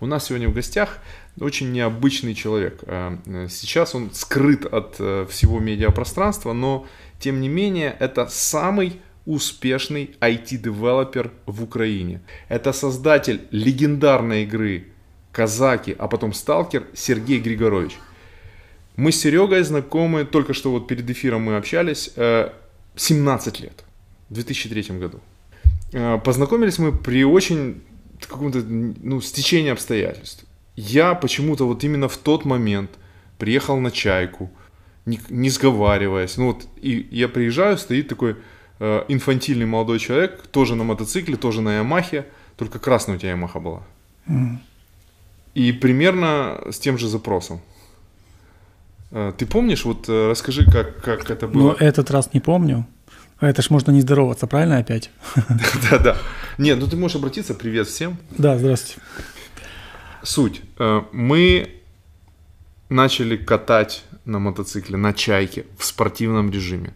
У нас сегодня в гостях очень необычный человек. Э, Сейчас он скрыт от э, всего медиапространства, но тем не менее это самый успешный IT-девелопер в Украине. Это создатель легендарной игры «Казаки», а потом «Сталкер» Сергей Григорович. Мы с Серегой знакомы, только что вот перед эфиром мы общались, 17 лет, в 2003 году. Э, Познакомились мы при очень каком-то ну, стечении обстоятельств. Я почему-то вот именно в тот момент приехал на чайку, не, не сговариваясь. Ну вот, и я приезжаю, стоит такой э, инфантильный молодой человек, тоже на мотоцикле, тоже на Ямахе, только красная у тебя Ямаха была. Mm. И примерно с тем же запросом. Э, Ты помнишь, вот расскажи, как, как это было? Ну, этот раз не помню. А Это ж можно не здороваться, правильно, опять? Да-да. Нет, ну ты можешь обратиться, привет всем. Да, здравствуйте. Суть. э, Мы начали катать на мотоцикле, на чайке, в спортивном режиме.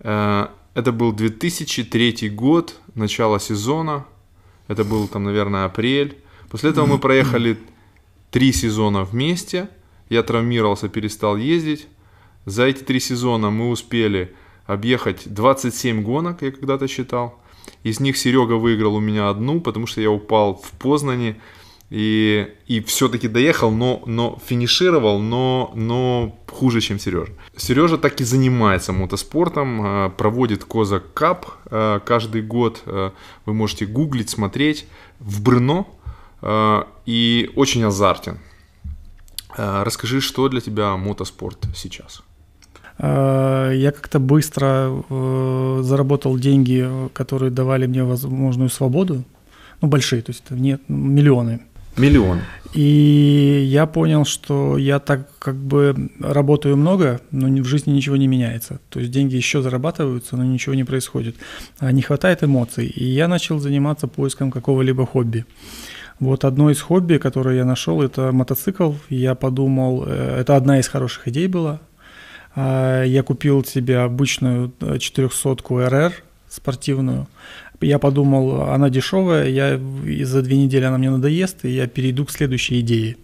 Э, Это был 2003 год, начало сезона. Это был там, наверное, апрель. После этого мы проехали три сезона вместе – я травмировался, перестал ездить. За эти три сезона мы успели объехать 27 гонок, я когда-то считал. Из них Серега выиграл у меня одну, потому что я упал в Познане и, и все-таки доехал, но, но финишировал, но, но хуже, чем Сережа. Сережа так и занимается мотоспортом, э, проводит Козак Кап э, каждый год. Э, Вы можете гуглить, смотреть в Брно э, и очень азартен. Э, Расскажи, что для тебя мотоспорт сейчас? А, Я как-то быстро э, заработал деньги, э, которые давали мне возможную свободу. Ну, большие, то есть это не ну, миллионы. Миллион. И я понял, что я так как бы работаю много, но в жизни ничего не меняется. То есть деньги еще зарабатываются, но ничего не происходит. А Не хватает эмоций. И я начал заниматься поиском какого-либо хобби. Вот одно из хобби, которое я нашел, это мотоцикл. Я подумал, э, это одна из хороших идей была. А, Я купил себе обычную э, 400-ку РР спортивную. Я подумал, она дешевая, я за две недели она мне надоест, и я перейду к следующей идее.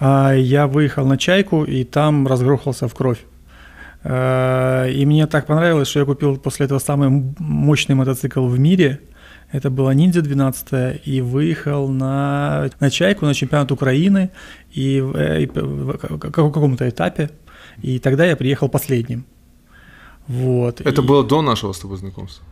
А, Я выехал на чайку, и там разгрохался в кровь. А, И мне так понравилось, что я купил после этого самый мощный мотоцикл в мире – это была Ниндзя 12 и выехал на, на чайку на чемпионат Украины и, э, и, и к какому-то этапе. И тогда я приехал последним. Вот. Это и... было до нашего с тобой знакомства.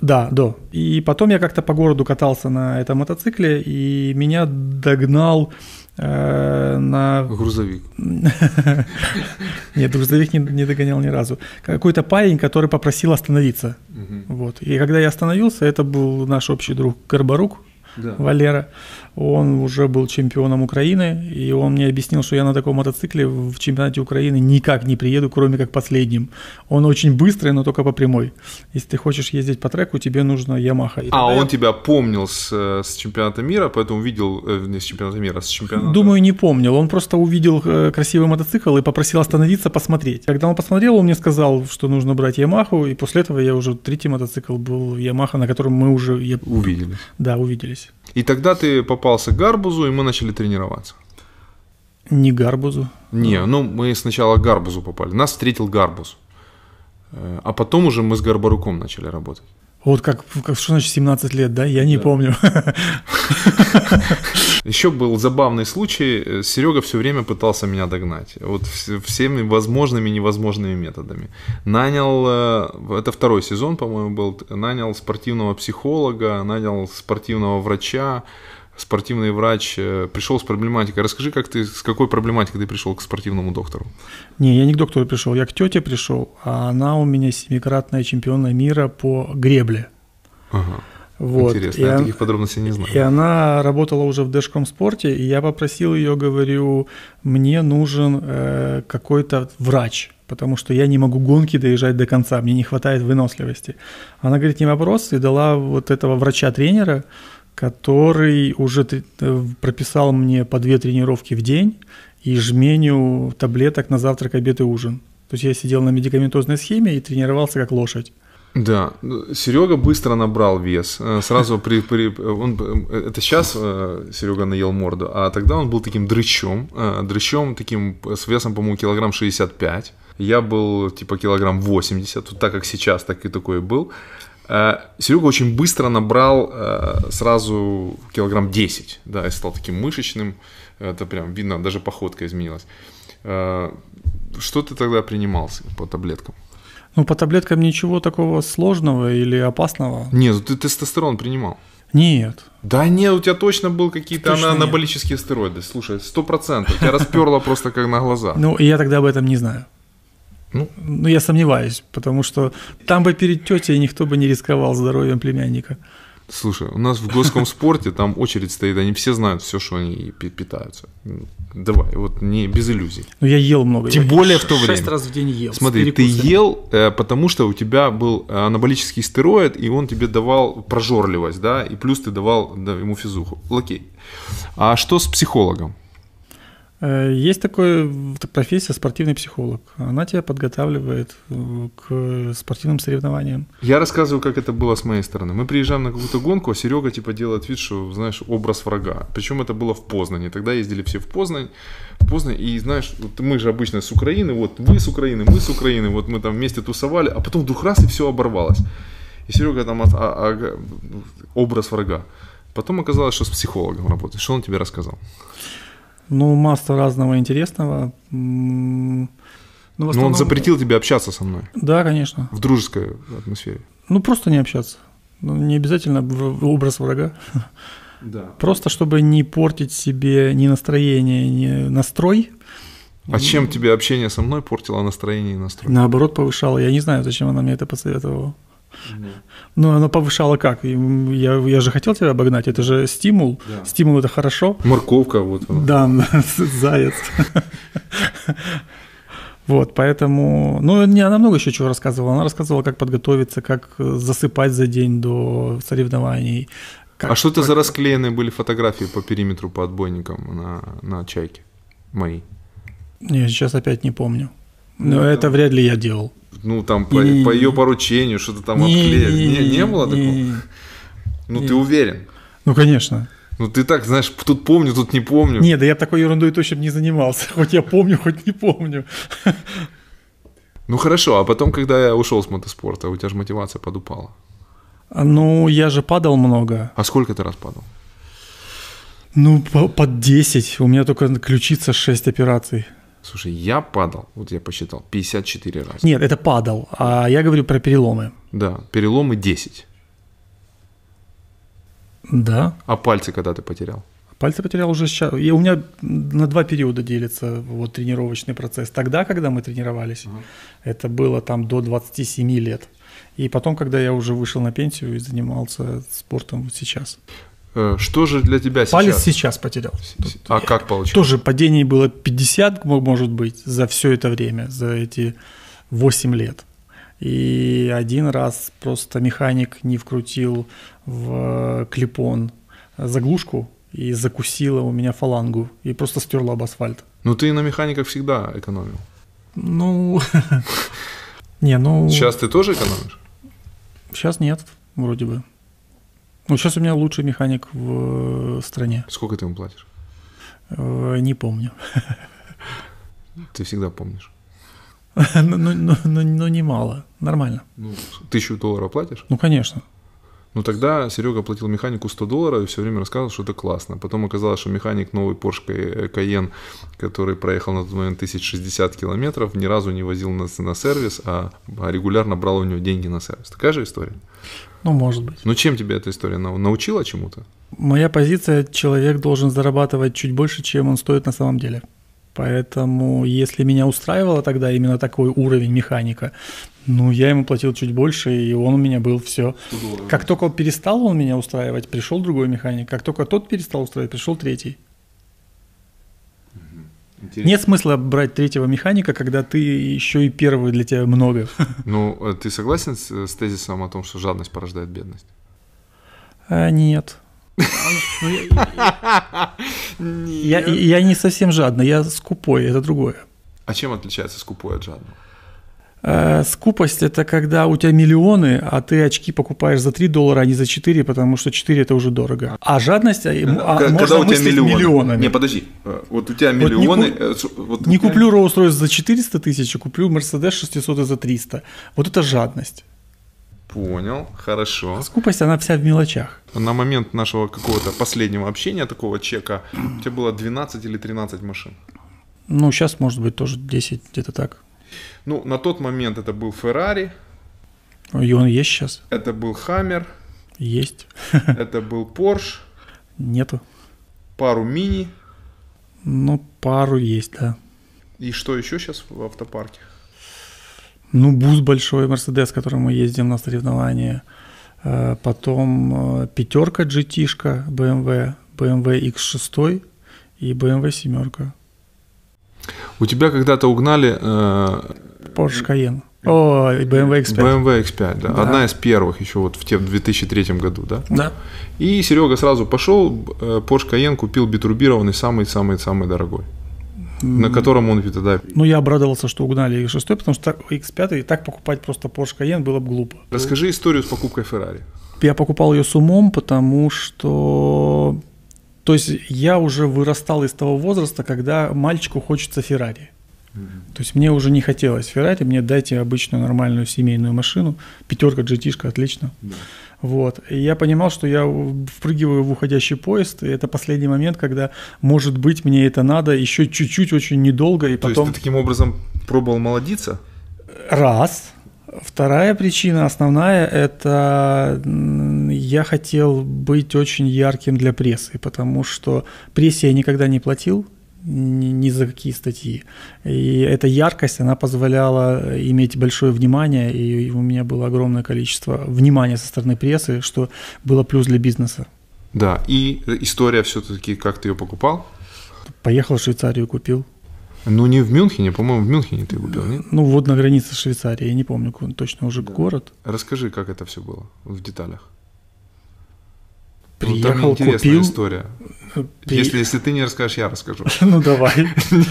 Да, да. И потом я как-то по городу катался на этом мотоцикле, и меня догнал э, на... Грузовик. Нет, грузовик не, не догонял ни разу. Какой-то парень, который попросил остановиться. Угу. Вот. И когда я остановился, это был наш общий друг Горбарук, да. Валера. Он уже был чемпионом Украины, и он мне объяснил, что я на таком мотоцикле в чемпионате Украины никак не приеду, кроме как последним. Он очень быстрый, но только по прямой. Если ты хочешь ездить по треку, тебе нужно Ямаха. А он я... тебя помнил с, э, с чемпионата мира, поэтому видел э, не с чемпионата мира, а с чемпионата. Думаю, не помнил. Он просто увидел э, красивый мотоцикл и попросил остановиться, посмотреть. Когда он посмотрел, он мне сказал, что нужно брать Ямаху, и после этого я уже третий мотоцикл был Ямаха, на котором мы уже я... увиделись. Да, увиделись. И тогда ты попался к Гарбузу, и мы начали тренироваться. Не Гарбузу? Не, ну мы сначала к Гарбузу попали. Нас встретил Гарбуз. А потом уже мы с Гарбаруком начали работать. Вот как, как что значит 17 лет, да? Я не да. помню. Еще был забавный случай. Серега все время пытался меня догнать. Вот всеми возможными и невозможными методами. Нанял, э, это второй сезон, по-моему, был, нанял спортивного психолога, нанял спортивного врача. Спортивный врач пришел с проблематикой. Расскажи, как ты, с какой проблематикой ты пришел к спортивному доктору? Не, я не к доктору пришел, я к тете пришел, а она у меня семикратная чемпиона мира по гребле. Ага. Вот. Интересно, а и я таких подробностей не знаю. И она работала уже в Дэшком спорте, и я попросил ее, говорю, мне нужен э, какой-то врач, потому что я не могу гонки доезжать до конца, мне не хватает выносливости. Она говорит, не вопрос, и дала вот этого врача-тренера, который уже э, прописал мне по две тренировки в день и жменю таблеток на завтрак, обед и ужин. То есть я сидел на медикаментозной схеме и тренировался как лошадь. Да, ну, Серега быстро набрал вес. э, Сразу при, при он, это сейчас э, Серега наел морду, а тогда он был таким дрычом, дрычом таким с весом, по-моему, килограмм 65. Я был типа килограмм 80, вот так как сейчас, так и такой был. Э, Серега очень быстро набрал э, сразу килограмм 10, да, и стал таким мышечным. Это прям видно, даже походка изменилась. Э, Что ты тогда принимался по таблеткам? Ну, по таблеткам ничего такого сложного или опасного. Нет, ну, ты тестостерон принимал. Нет. Да нет, у тебя точно был какие-то точно анаболические нет. стероиды. Слушай, сто процентов. Тебя расперло просто как на глазах. Ну, я тогда об этом не знаю. Ну, ну, я сомневаюсь, потому что там бы перед тетей никто бы не рисковал здоровьем племянника. Слушай, у нас в Госкомспорте там очередь стоит, они все знают все, что они питаются. Давай, вот не без иллюзий. Ну я ел много. Тем я более в то время. Шесть раз в день ел. Смотри, ты ел, э, потому что у тебя был э, анаболический стероид, и он тебе давал прожорливость, да, и плюс ты давал да, ему физуху. Окей. А что с психологом? Э, Есть такая профессия спортивный психолог. Она тебя подготавливает э, к спортивным соревнованиям. Я рассказываю, как это было с моей стороны. Мы приезжаем на какую-то гонку, а Серега типа делает вид, что, знаешь, образ врага. Причем это было в Познане. Тогда ездили все в Познань. В Познань и, знаешь, вот мы же обычно с Украины, вот вы с Украины, мы с Украины, вот мы там вместе тусовали, а потом вдруг раз и все оборвалось. И Серега там а, а, образ врага. Потом оказалось, что с психологом работаешь. Что он тебе рассказал? Ну, масса разного интересного. Ну, основном... Но он запретил тебе общаться со мной. Да, конечно. В дружеской атмосфере. Ну, просто не общаться. Ну, не обязательно образ врага. Да. Просто чтобы не портить себе ни настроение, ни настрой. А чем тебе общение со мной портило настроение и настрой? Наоборот, повышало. Я не знаю, зачем она мне это посоветовала. Да. Но она повышала как? Я, я же хотел тебя обогнать, это же стимул. Да. Стимул это хорошо. Морковка вот она. Да, заяц. Вот, поэтому... Ну, не, она много еще чего рассказывала. Она рассказывала, как подготовиться, как засыпать за день до соревнований. Как, а что это как... за расклеенные были фотографии по периметру, по отбойникам на, на чайке мои? Я сейчас опять не помню. Но ну, это там... вряд ли я делал ну там по, не, по ее поручению что-то там не, обклеили. Не, не, не было такого? Не, ну не. ты уверен? Ну конечно. Ну ты так, знаешь, тут помню, тут не помню. Не, да я такой ерундой точно не занимался. Хоть я помню, хоть не помню. Ну хорошо, а потом, когда я ушел с мотоспорта, у тебя же мотивация подупала. Ну, я же падал много. А сколько ты раз падал? Ну, по, под 10. У меня только ключица 6 операций. Слушай, я падал, вот я посчитал, 54 раза. Нет, это падал, а я говорю про переломы. Да, переломы 10. Да. А пальцы когда ты потерял? Пальцы потерял уже сейчас. И у меня на два периода делится вот тренировочный процесс. Тогда, когда мы тренировались, угу. это было там до 27 лет. И потом, когда я уже вышел на пенсию и занимался спортом сейчас. Э, Что же для тебя сейчас? Палец сейчас потерял. Тут а как получилось? Тоже падений было 50, может быть, за все это время, за эти 8 лет. И один раз просто механик не вкрутил в э, клипон заглушку и закусила у меня фалангу и просто стерла об асфальт. Ну ты на механиках всегда экономил. Ну, не, ну... Сейчас ты тоже экономишь? Сейчас нет, вроде бы. Ну, сейчас у меня лучший механик в э, стране. Э, Сколько ты ему платишь? Не помню. Ты всегда помнишь. Но, но, но, но, но ну, немало. Нормально. Ну, тысячу долларов платишь? Ну, конечно. Ну, тогда Серега платил механику 100 долларов и все время рассказывал, что это классно. Потом оказалось, что механик новый Porsche Cayenne, который проехал на тот момент 1060 километров, ни разу не возил нас на сервис, а регулярно брал у него деньги на сервис. Такая же история? Ну, может быть. Ну, чем тебя эта история научила чему-то? Моя позиция – человек должен зарабатывать чуть больше, чем он стоит на самом деле. Поэтому, если меня устраивало тогда именно такой уровень механика, ну, я ему платил чуть больше, и он у меня был все. Как только перестал он меня устраивать, пришел другой механик. Как только тот перестал устраивать, пришел третий. Интересно. Нет смысла брать третьего механика, когда ты еще и первого для тебя много. Ну, ты согласен с, с тезисом о том, что жадность порождает бедность? А, нет. Я не совсем жадный, я скупой, это другое. А чем отличается скупой от жадного? Э, Скупость – это когда у тебя миллионы, а ты очки покупаешь за 3 доллара, а не за 4, потому что 4 – это уже дорого. А жадность а, Э, когда можно у тебя мыслить миллионы. миллионами. Не, подожди. Э, Вот у тебя не миллионы... куп- э, с- вот у Не тебя- куплю Rolls-Royce за 400 тысяч, а куплю Mercedes 600 за 300. Вот это жадность. Понял, хорошо. А скупость, она вся в мелочах. На момент нашего какого-то последнего общения, такого чека, у тебя было 12 или 13 машин. Ну, сейчас, может быть, тоже 10, где-то так. Ну, на тот момент это был Ferrari, И он есть сейчас? это был Хаммер, Есть. это был Porsche, Нету. пару мини. Ну, пару есть, да. И что еще сейчас в автопарке? Ну, бус большой, Мерседес, который мы ездим на соревнования. Э, Потом э, пятерка GT-шка BMW, BMW X6 и эм BMW семерка. У тебя когда-то угнали э, эм Porsche Cayenne. О, и эм BMW X5. BMW X5, да? Да. Одна из первых еще вот в те- в 2003 году, да? Да. И Серега сразу пошел, э, Porsche Cayenne купил битурбированный, самый-самый-самый дорогой, на котором он тогда... Ну, я обрадовался, что угнали X6, потому что так- X5 и так покупать просто Porsche Cayenne было бы глупо. Расскажи историю с покупкой Ferrari. Я покупал ее с умом, потому что... То есть я уже вырастал из того возраста, когда мальчику хочется Феррари. То есть мне уже не хотелось Феррари, мне дайте обычную нормальную семейную машину. Пятерка, GT-шка, отлично. Вот. И я понимал, что я в- впрыгиваю в уходящий поезд, и это последний момент, когда, может быть, мне это надо еще чуть-чуть, очень недолго, и То потом... есть ты таким образом пробовал молодиться? Раз. Вторая причина, основная, это м, я хотел быть очень ярким для прессы, потому что прессе я никогда не платил ни, ни за какие статьи. И эта яркость, она позволяла э, иметь большое внимание, и у меня было огромное количество внимания со стороны прессы, что было плюс для бизнеса. Да, и история все-таки, как ты ее покупал? Поехал в Швейцарию, купил. Ну, не в Мюнхене, по-моему, в Мюнхене ты купил, нет? Ну, вот на границе Швейцарии, я не помню какой он точно уже город. Ну, Расскажи, как это все было в деталях. Ну, там Приехал, интересная купил. э, история. при- Если, если ты не расскажешь, я расскажу. Ну, давай.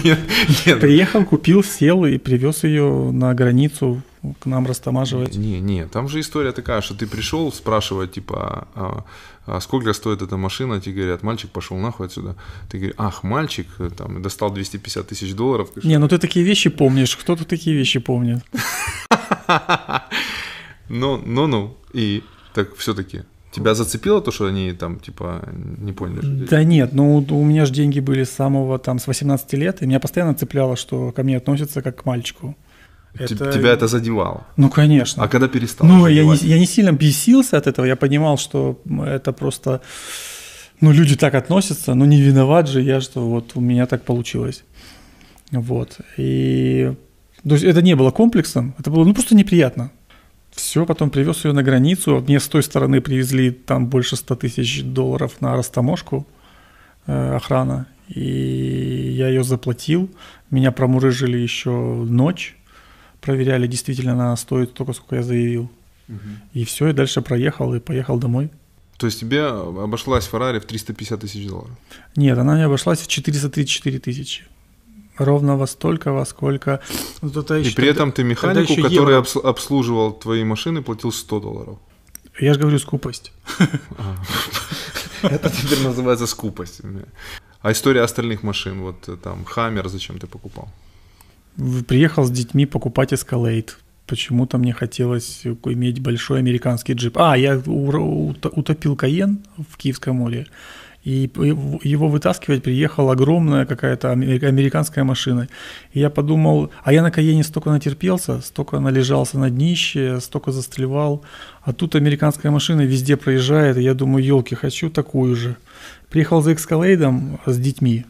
Нет, нет. Приехал, купил, сел и привез ее на границу к нам растамаживать. Не, не, там же история такая, что ты пришел спрашивать, типа, а, а сколько стоит эта машина, тебе говорят, мальчик пошел нахуй отсюда. Ты говоришь, ах, мальчик, э, там, достал 250 тысяч долларов. Не, ну ты такие вещи помнишь. Кто тут такие вещи помнит? Ну, ну, ну, и так все-таки. Тебя зацепило то, что они там, типа, не поняли? что делать? Да нет, ну у меня же деньги были с самого там с 18 лет, и меня постоянно цепляло, что ко мне относятся как к мальчику. Те- Тебя это задевало. Ну конечно. А когда перестал? Ну, я не, я не сильно бесился от этого, я понимал, что это просто... Ну, люди так относятся, ну, не виноват же я, что вот у меня так получилось. Вот. И... То есть это не было комплексом, это было, ну, просто неприятно. Все, потом привез ее на границу, а мне с той стороны привезли там больше 100 тысяч долларов на растаможку э, охрана, и я ее заплатил, меня промурыжили еще ночь, проверяли, действительно она стоит столько, сколько я заявил. И все, и дальше проехал и поехал домой. То есть тебе обошлась Феррари в 350 тысяч долларов? Нет, она мне обошлась в 434 тысячи. Ровно во столько, во сколько. Вот это И ещё при тогда- этом ты механику, еще который евро. обс- обслуживал твои машины, платил 100 долларов. Я же говорю, скупость. Это теперь называется скупость. А история остальных машин, вот э, там Хаммер, зачем ты покупал? В- Приехал с детьми покупать Escalade. Почему-то мне хотелось иметь большой американский джип. А, я ура- уто- утопил Каен в Киевском море. И п- его его вытаскивать приехала огромная какая-то амер- американская машина. И я подумал, а я на Каене столько натерпелся, столько належался на днище, столько застревал. А тут американская машина везде проезжает, и я думаю, елки, хочу такую же. Приехал за Экскалейдом с детьми.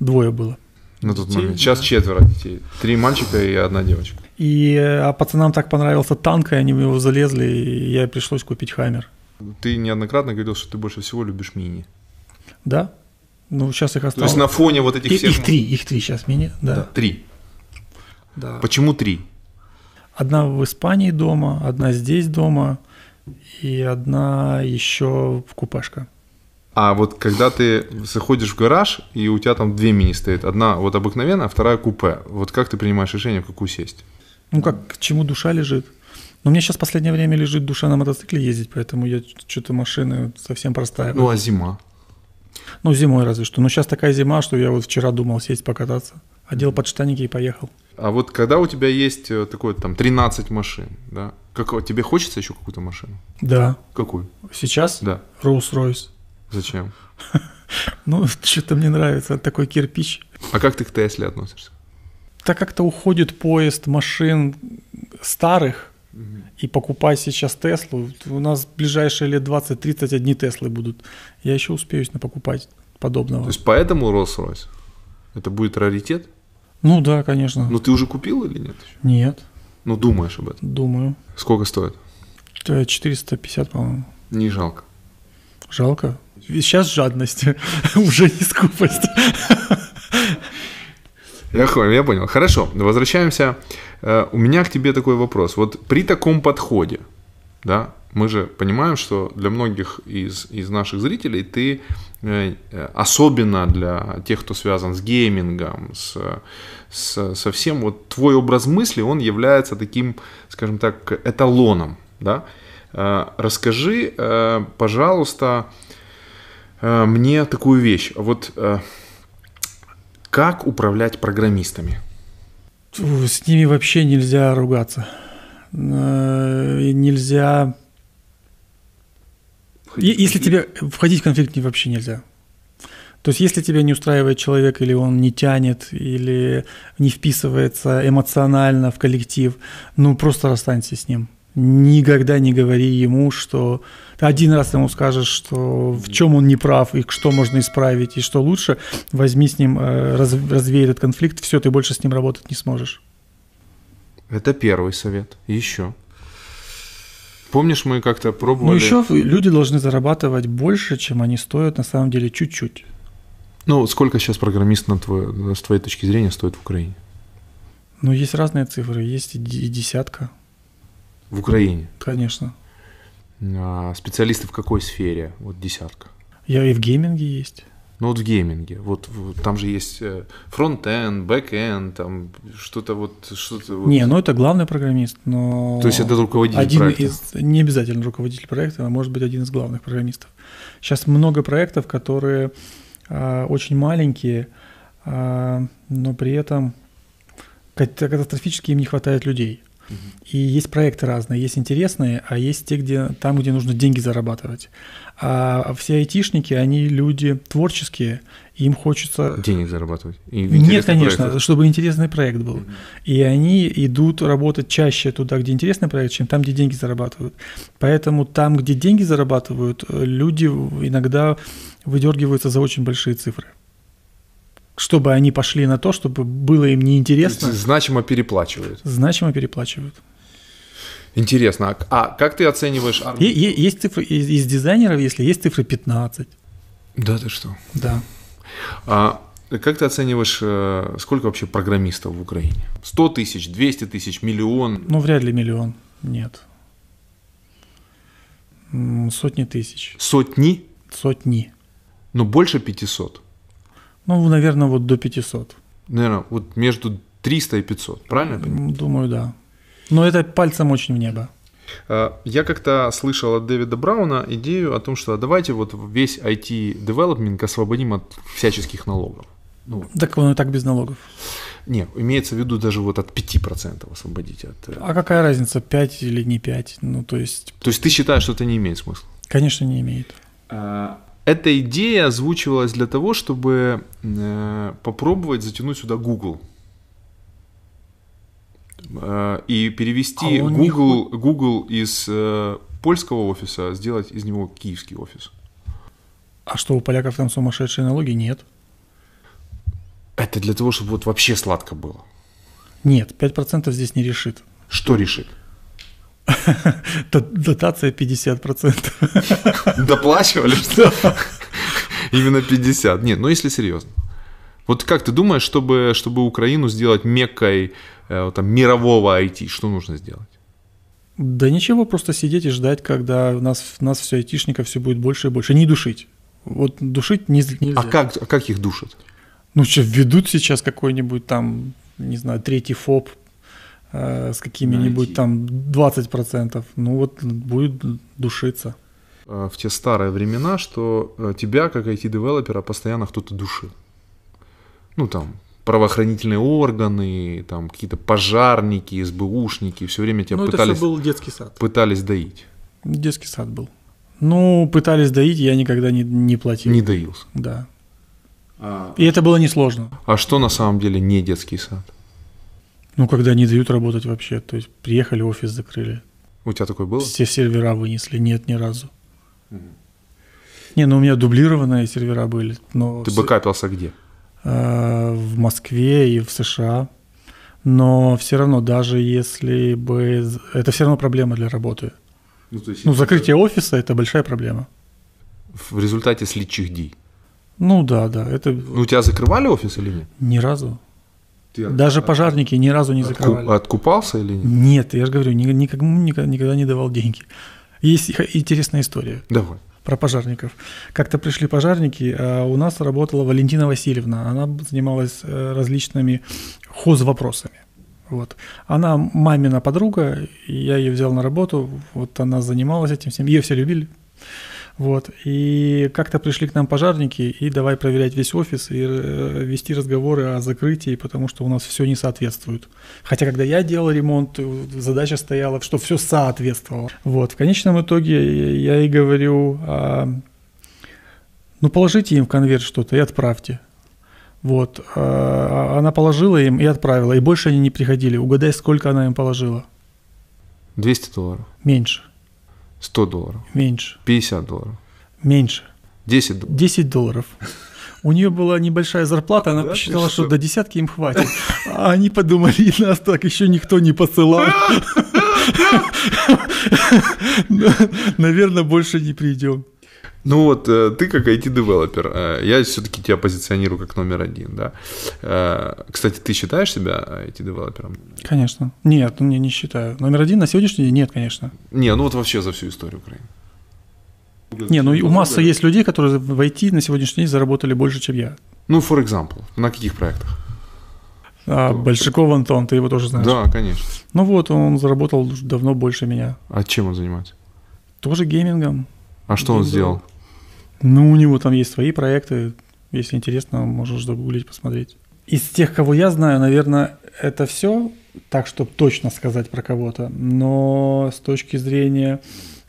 Двое было. На тот Детей, момент. Сейчас да. четверо детей. Три мальчика и одна девочка. И э, а пацанам так понравился танк, и они в него залезли, и я пришлось купить Хаммер. Ты неоднократно говорил, что ты больше всего любишь мини. Да? Ну, сейчас их То осталось. есть на фоне вот этих И- всех... их три, их три сейчас мини. Да, Да. три. да. Почему три? Одна в Испании дома, одна здесь дома, и одна еще в купешка. А вот когда ты заходишь в гараж, и у тебя там две мини стоит. Одна вот обыкновенная, а вторая купе. Вот как ты принимаешь решение, в какую сесть? Ну как, к чему душа лежит? Но у меня сейчас в последнее время лежит душа на мотоцикле ездить, поэтому я что-то машины совсем простая. Ну а зима? Ну зимой разве что. Но сейчас такая зима, что я вот вчера думал сесть покататься. Одел mm-hmm. подштанники и поехал. А вот когда у тебя есть э, такое там 13 машин, да? Как, тебе хочется еще какую-то машину? Да. Какую? Сейчас? Да. Rolls-Royce. Зачем? Ну, что-то мне нравится, такой кирпич. А как ты к Тесле относишься? Так как-то уходит поезд машин старых, и покупай сейчас Теслу. У нас в ближайшие лет 20-30 одни Теслы будут. Я еще успею покупать подобного. То есть поэтому Rolls-Royce? Это будет раритет? Ну да, конечно. Но ты уже купил или нет? еще? Нет, Ну думаешь об этом. думаю. Сколько стоит? Э, 450, по-моему. Не жалко. Жалко. Сейчас жадность, уже не скупость. Я, хо- я понял. Хорошо, возвращаемся. Э, У меня к тебе такой вопрос. Вот при таком подходе, да, мы же понимаем, что для многих из, из наших зрителей ты, э, э, особенно для тех, кто связан с геймингом, с, э, с, со всем, вот твой образ мысли, он является таким, скажем так, эталоном, да. Э, Расскажи, э, пожалуйста, э, мне такую вещь. Вот э, как управлять программистами? Тьфу, С ними вообще нельзя ругаться. Э, и Нельзя... Е- Если тебе... Входить в конфликт не- вообще нельзя. То есть если тебя не устраивает человек, или он не тянет, или не вписывается эмоционально в коллектив, ну просто расстанься с ним. Никогда не говори ему, что ты один раз ему скажешь, что в чем он не прав, и что можно исправить, и что лучше, возьми с ним, э, раз- развей этот конфликт, все, ты больше с ним работать не сможешь. Это первый совет. Еще. Помнишь, мы как-то пробовали... Ну еще люди должны зарабатывать больше, чем они стоят на самом деле чуть-чуть. Ну, сколько сейчас программист, на твой- с твоей точки зрения, стоит в Украине? Но Ну, есть разные цифры, есть и де- и десятка, В Украине. конечно. А специалисты в какой сфере? Вот десятка. Я и в гейминге есть. Ну вот в гейминге. Вот в- там же есть э, фронт-энд, бэк-энд, там что-то вот... Что-то вот. Не, ну это главный программист, но... То есть это руководитель один проекта. из... Не обязательно руководитель проекта, а может быть один из главных программистов. Сейчас много проектов, которые а, очень маленькие, а, но при этом ката- катастрофически им не хватает людей. И есть проекты разные, есть интересные, а есть те, где там, где нужно деньги зарабатывать. А все айтишники, они люди творческие, и им хочется... Денег зарабатывать. И Э, в Нет, интересных конечно, проектах. чтобы интересный проект был. И они идут работать чаще туда, где интересный проект, чем там, где деньги зарабатывают. Поэтому там, где деньги зарабатывают, э, люди иногда выдергиваются за очень большие цифры. Чтобы они пошли на то, чтобы было им неинтересно, Значимо переплачивают. значимо переплачивают. Интересно. А, а как ты оцениваешь... Е- е- есть цифры из, из дизайнеров, если есть цифры 15. Да ты что? Да. А как ты оцениваешь, э, сколько вообще программистов в Украине? 100 тысяч, 200 тысяч, миллион? Ну, вряд ли миллион. Нет. М, Сотни тысяч. Сотни? Сотни. Но больше 500. Ну, наверное, вот до 500. Наверное, вот между 300 и 500, правильно? я понимаю? М, Думаю, да. Но это пальцем очень в небо. Э, Я как-то слышал от Дэвида Брауна идею о том, что а давайте вот весь IT-девелопмент освободим от всяческих налогов. Ну, Так он и так без налогов. не, имеется в виду даже вот от 5% освободить. От... э, А какая разница, 5 или не 5? Ну, то есть, То есть ты считаешь, что это не имеет смысла? конечно, не имеет. А, Эта идея озвучивалась для того, чтобы э, попробовать затянуть сюда Google. Э, И перевести А он не Google, Google из э, польского офиса, а сделать из него киевский офис. А что, у поляков там сумасшедшие налоги? Нет. Это для того, чтобы вот вообще сладко было. Нет, 5% здесь не решит. Что решит? Д- Дотация 50%. Доплачивали, что ли? Именно 50. Нет, ну если серьезно. Вот как ты думаешь, чтобы, чтобы Украину сделать меккой э, там, мирового IT, что нужно сделать? Да ничего, просто сидеть и ждать, когда у нас, нас все айтишников все будет больше и больше. Не душить. Вот душить не, нельзя. А как, а как их душат? Ну, что, введут сейчас какой-нибудь там, не знаю, третий ФОП, э, э, с какими-нибудь IT. там 20%, ну вот будет душиться. э, в те старые времена, что э, тебя, как IT-девелопера, постоянно кто-то душил. Ну, там, правоохранительные органы, там, какие-то пожарники, СБУшники, все время тебя Ну, это все пытались, был детский сад. пытались доить. Детский сад был. Ну, пытались доить, я никогда не, не платил. Не доился. Да. И это было несложно. А что на самом деле не детский сад? Ну, когда не дают работать вообще. То есть приехали, офис закрыли. У тебя такое было? Все сервера вынесли. Нет, ни разу. Не, ну у меня дублированные сервера были. Но Ты все- бэкапился где? э, в Москве и в США. Но все равно, даже если бы... з- Это все равно проблема для работы. Ну, то есть, Ну, закрытие офиса – это большая проблема. В результате слитчих дий. Ну да, да, это Ну, у тебя закрывали офис или нет? ни разу. Даже пожарники ни разу не Отку- закрывали. Откупался или нет? Нет, я же говорю, ни- никому никогда, никогда не давал деньги. Есть х- интересная история Давай. про пожарников. Как-то пришли пожарники, а у нас работала Валентина Васильевна. Она б- занималась э, различными хозвопросами. Вот. Она мамина подруга, и я ее взял на работу, вот она занималась этим всем, ее все любили. Вот. И как-то пришли к нам пожарники, и давай проверять весь офис и э, вести разговоры о закрытии, потому что у нас все не соответствует. Хотя, когда я делал ремонт, э, задача стояла, что все соответствовало. Вот. В конечном итоге я и говорю, а, ну, положите им в конверт что-то и отправьте. Вот. А, Она положила им и отправила, и больше они не приходили. Угадай, сколько она им положила. 200 долларов, Меньше, 100 долларов, меньше, 50 долларов, меньше. 10 долларов. 10 долларов. У нее была небольшая зарплата, она Да ты посчитала, что что? до десятки им хватит. А они подумали, нас так еще никто не посылал. Наверное, больше не придем. Ну вот, э, ты как IT-девелопер, э, я все-таки тебя позиционирую как номер один, да. Э, Кстати, ты считаешь себя э, IT-девелопером? Конечно. Нет, ну, я не считаю. Номер один на сегодняшний день нет, конечно. Не, ну вот вообще за всю историю Украины. Не, ну и у массы есть людей, которые в IT на сегодняшний день заработали больше, чем я. Ну, for example, на каких проектах? А Большаков Антон, ты его тоже знаешь. Да, конечно. Ну вот, он заработал уж давно больше меня. А чем он занимается? Тоже геймингом. А что он Геймдев. сделал? Ну, у него там есть свои проекты. Если интересно, можешь загуглить, посмотреть. Из тех, кого я знаю, наверное, это все, так, чтобы точно сказать про кого-то. Но с точки зрения,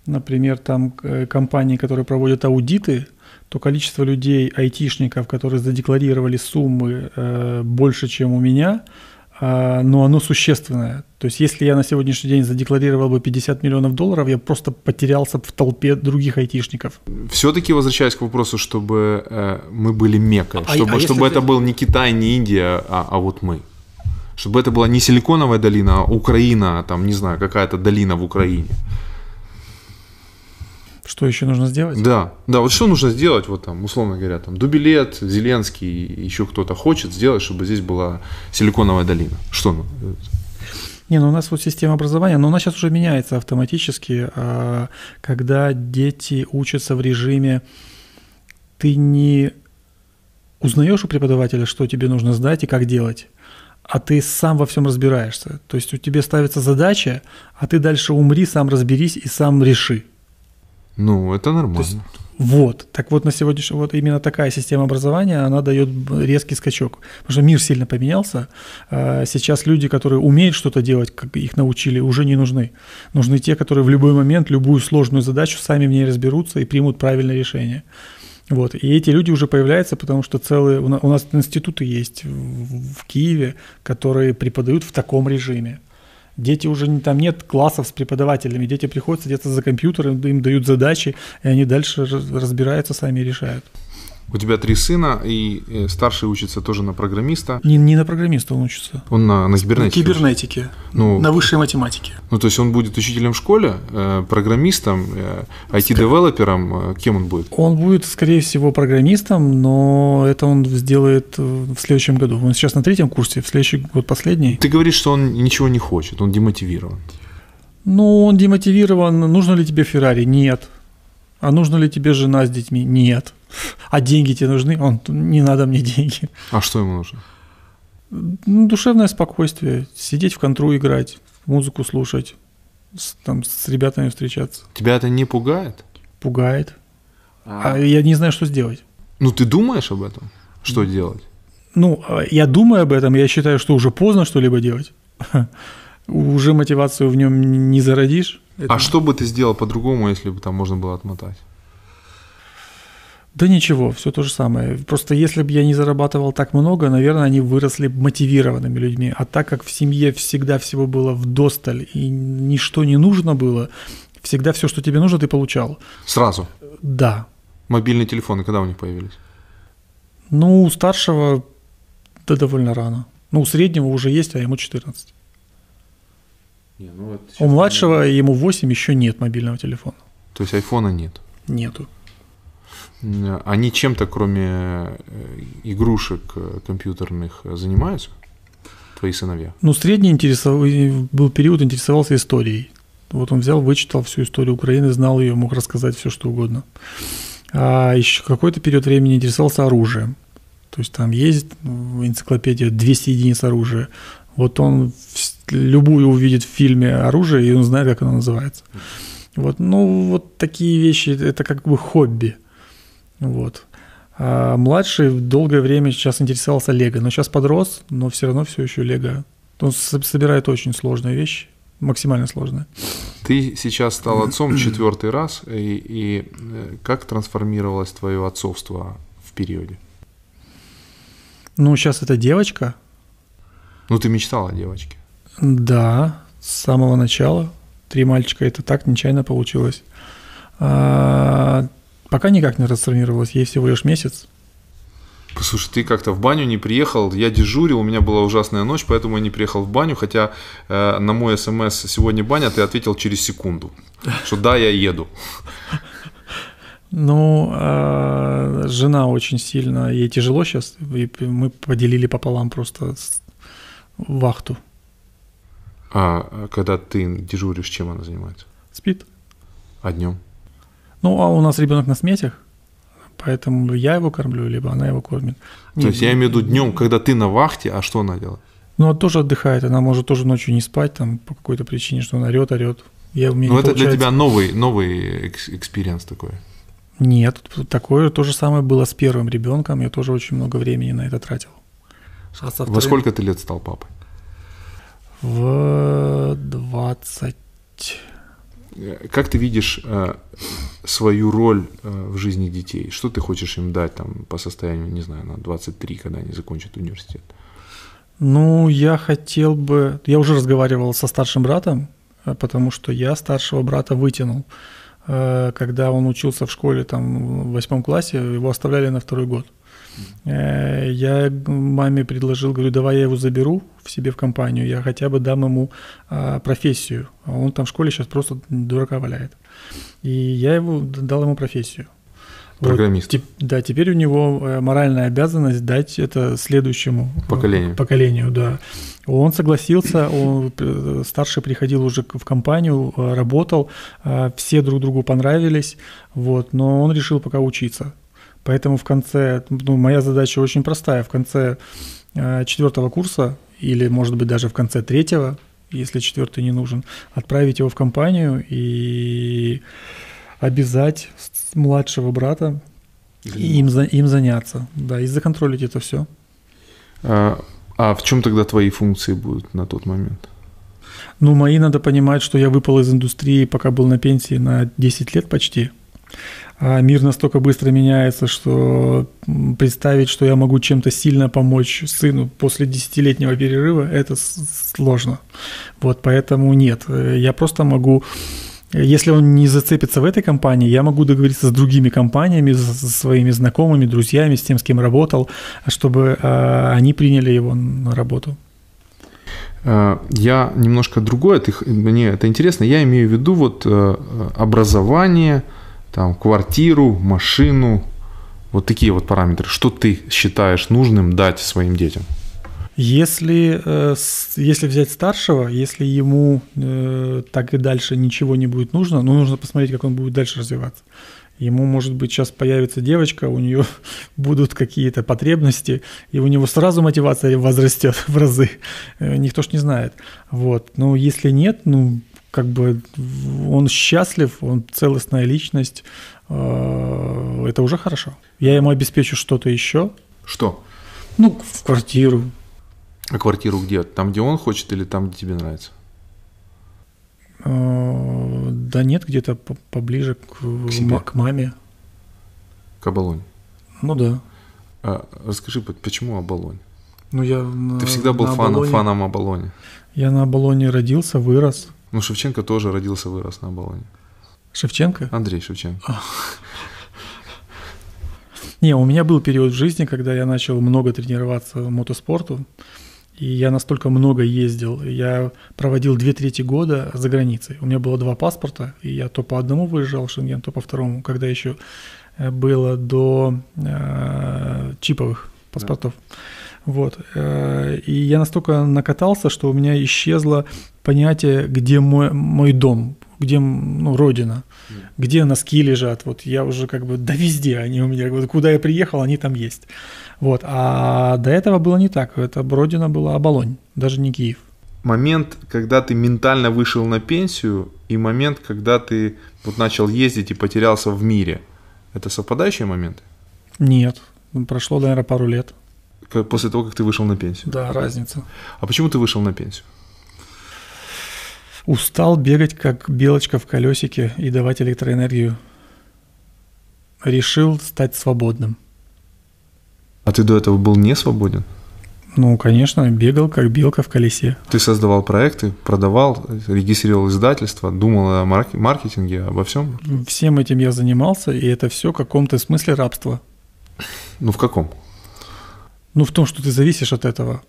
например, там к- э, компаний, которые проводят аудиты, то количество людей, айтишников, которые задекларировали суммы э, больше, чем у меня, а, но оно существенное. То есть если я на сегодняшний день задекларировал бы 50 миллионов долларов, я просто потерялся б в толпе других айтишников. Все-таки возвращаясь к вопросу, чтобы э, мы были мекой, А- чтобы, а если чтобы ты- это был не Китай, не Индия, а, а вот мы. Чтобы это была не Силиконовая долина, а Украина, там, не знаю, какая-то долина в Украине. Что еще нужно сделать? Да, да, вот что нужно сделать, вот там, условно говоря, там, Дубилет, Зеленский, и еще кто-то хочет сделать, чтобы здесь была Силиконовая долина. Что ну? Не, ну у нас вот система образования, но она сейчас уже меняется автоматически, а, когда дети учатся в режиме ты не узнаешь у преподавателя, что тебе нужно знать и как делать, а ты сам во всем разбираешься. То есть у тебя ставится задача, а ты дальше умри, сам разберись и сам реши. Ну, это нормально. То Вот. Так вот на сегодняшний вот именно такая система образования, она дает б- резкий скачок. Потому что мир сильно поменялся. А, Сейчас люди, которые умеют что-то делать, как их научили, уже не нужны. Нужны те, которые в любой момент любую сложную задачу сами в ней разберутся и примут правильное решение. Вот. И эти люди уже появляются, потому что целые у на- у нас институты есть в в Киеве, которые преподают в таком режиме. Дети уже не, там нет классов с преподавателями, дети приходят, садятся за компьютером, им дают задачи, и они дальше раз- разбираются сами и решают. У тебя три сына, и э, старший учится тоже на программиста. Не, не на программиста он учится. Он на, на кибернетике. Кибернетике. Ну, На высшей математике. ну, то есть он будет учителем в школе, э, программистом, э, IT-девелопером. э, кем он будет? Он будет, скорее всего, программистом, но это он сделает э, в следующем году. Он сейчас на третьем курсе, в следующий год последний. Ты говоришь, что он ничего не хочет, он демотивирован. Ну, он демотивирован. Нужно ли тебе Феррари? Нет. А нужно ли тебе жена с детьми? Нет. А деньги тебе нужны? Он, не надо мне деньги. А что ему нужно? ну, душевное спокойствие, сидеть в контру играть, музыку слушать, с, там с ребятами встречаться. Тебя это не пугает? Пугает. А я не знаю, что сделать. Ну ты думаешь об этом? Что делать? Ну, э, я думаю об этом, я считаю, что уже поздно что-либо делать. Уже мотивацию в нем не зародишь. Это- А что бы ты сделал по-другому, если бы там можно было отмотать? Да ничего, все то же самое. Просто если бы я не зарабатывал так много, наверное, они выросли б мотивированными людьми. А так как в семье всегда всего было в досталь и ничто не нужно было, всегда все, что тебе нужно, ты получал. Сразу. Да. Мобильные телефоны когда у них появились? Ну, у старшего да довольно рано. Ну, у среднего уже есть, а ему 14. У младшего ему 8 еще нет мобильного телефона. То есть айфона нет. Нету. М, Они чем-то, кроме э, игрушек э, компьютерных, э, занимаются? Твои сыновья? Ну, средний интересов... был период, интересовался историей. Вот он взял, вычитал всю историю Украины, знал ее, мог рассказать все, что угодно. А еще какой-то период времени интересовался оружием. То есть там есть ну, в энциклопедии 200 единиц оружия. Вот он вс- любую увидит в фильме оружие, и он знает, как оно называется. Вот, ну, вот такие вещи, это как бы хобби. Вот. А младший в долгое время сейчас интересовался Лего, но сейчас подрос, но все равно все еще Лего. Он со- собирает очень сложные вещи, максимально сложные. Ты сейчас стал отцом четвертый раз, и, и, э, как трансформировалось твое отцовство в периоде? Ну, сейчас это девочка, Ну, ты мечтал о девочке. Да, с самого начала. Три мальчика, это так нечаянно получилось. А, пока никак не растренировалась, ей всего лишь месяц. Слушай, ты как-то в баню не приехал, я дежурил, у меня была ужасная ночь, поэтому я не приехал в баню, хотя э, на мой смс «Сегодня баня» ты ответил через секунду, что «Да, я еду». Ну, а, жена очень сильно, ей тяжело сейчас, и п- мы поделили пополам просто с- вахту. А когда ты дежуришь, чем она занимается? Спит. А днем? Ну, а у нас ребенок на сметях, поэтому я его кормлю, либо она его кормит. То есть я имею в виду днем, когда ты на вахте, а что она делает? Ну, она тоже отдыхает, она может тоже ночью не спать, там, по какой-то причине, что она орет, орет. Я, у меня Ну, не это для получается. тебя новый, новый экс- экспириенс такой. Нет, т- такое то же самое было с первым ребенком. Я тоже очень много времени на это тратил. А со Во сколько ты лет стал папой? В 20. Э, Как ты видишь э, свою роль э, в жизни детей? Что ты хочешь им дать там по состоянию, не знаю, на 23, когда они закончат университет? Ну, я хотел бы... Я уже разговаривал со старшим братом, э, потому что я старшего брата вытянул. Э, Когда он учился в школе, там, в восьмом классе, его оставляли на второй год. Э, Я г- маме предложил, говорю, давай я его заберу в себе в компанию, я хотя бы дам ему а, профессию. А он там в школе сейчас просто дурака валяет. И я его д- дал ему профессию. Вот Программист. теп- да, теперь у него э, моральная обязанность дать это следующему э, Поколению. поколению, да. Он согласился, он, э, старший приходил уже к- в компанию, э, работал, э, все друг другу понравились, вот, но он решил пока учиться. Поэтому в конце, ну, моя задача очень простая, в конце э, четвертого курса или, может быть, даже в конце третьего, если четвертый не нужен, отправить его в компанию и обязать с- с младшего брата им, за- им заняться, да, и законтролить это все. А, а в чем тогда твои функции будут на тот момент? Ну, мои надо понимать, что я выпал из индустрии, пока был на пенсии на 10 лет почти. А мир настолько быстро меняется, что м, представить, что я могу чем-то сильно помочь сыну после десятилетнего перерыва, это с- сложно. Вот поэтому нет. Э, Я просто могу, э, если он не зацепится в этой компании, я могу договориться с другими компаниями, с- со своими знакомыми, друзьями, с тем, с кем работал, чтобы э, они приняли его на работу. Э, Я немножко другое, ты х- мне это интересно. Я имею в виду вот э, э, образование, там, квартиру, машину, вот такие вот параметры. Что ты считаешь нужным дать своим детям? Если, э, с- если взять старшего, если ему э, так и дальше ничего не будет нужно, ну, нужно посмотреть, как он будет дальше развиваться. Ему, может быть, сейчас появится девочка, у нее будут какие-то потребности, и у него сразу мотивация возрастет в разы. Э, Никто ж не знает. Вот. Но если нет, ну, как бы он счастлив, он целостная личность, э, это уже хорошо. Я ему обеспечу что-то еще. Что? Ну, в квартиру. А квартиру где? Там, где он хочет или там, где тебе нравится? А, Да нет, где-то поближе к, к, себе. к маме. К оболоне. Ну да. А, расскажи, почему оболонь? Ну я. Ты всегда был фаном, Оболоне- фаном оболони. Я на Оболоне родился, вырос. Ну, Шевченко тоже родился, вырос на оболоне. Шевченко? Андрей Шевченко. Не, у меня был период в жизни, когда я начал много тренироваться мотоспорту. И я настолько много ездил. Я проводил две трети года за границей. У меня было два паспорта, и я то по одному выезжал в Шенген, то по второму, когда еще э, было до э, чиповых паспортов. Вот. э, И я настолько накатался, что у меня исчезло понятие, где мой, мой дом, где м, ну, родина, Мгм. где носки лежат. Вот я уже как бы, да везде они у меня, вот куда я приехал, они там есть. Вот. А до этого было не так. Это родина была Оболонь, даже не Киев. Момент, когда ты ментально вышел на пенсию, и момент, когда ты вот начал ездить и потерялся в мире. Это совпадающие моменты? Нет. Прошло, наверное, пару лет. Как- После того, как ты вышел на пенсию. Да, разница. А почему ты вышел на пенсию? Устал бегать, как белочка в колесике, и давать электроэнергию. Решил стать свободным. А ты до этого был не свободен? Ну, конечно, бегал, как белка в колесе. Ты создавал проекты, продавал, регистрировал издательство, думал о марк- маркетинге, обо всем? Всем этим я занимался, и это все в каком-то смысле рабство. Ну, в каком? Ну, в том, что ты зависишь от этого.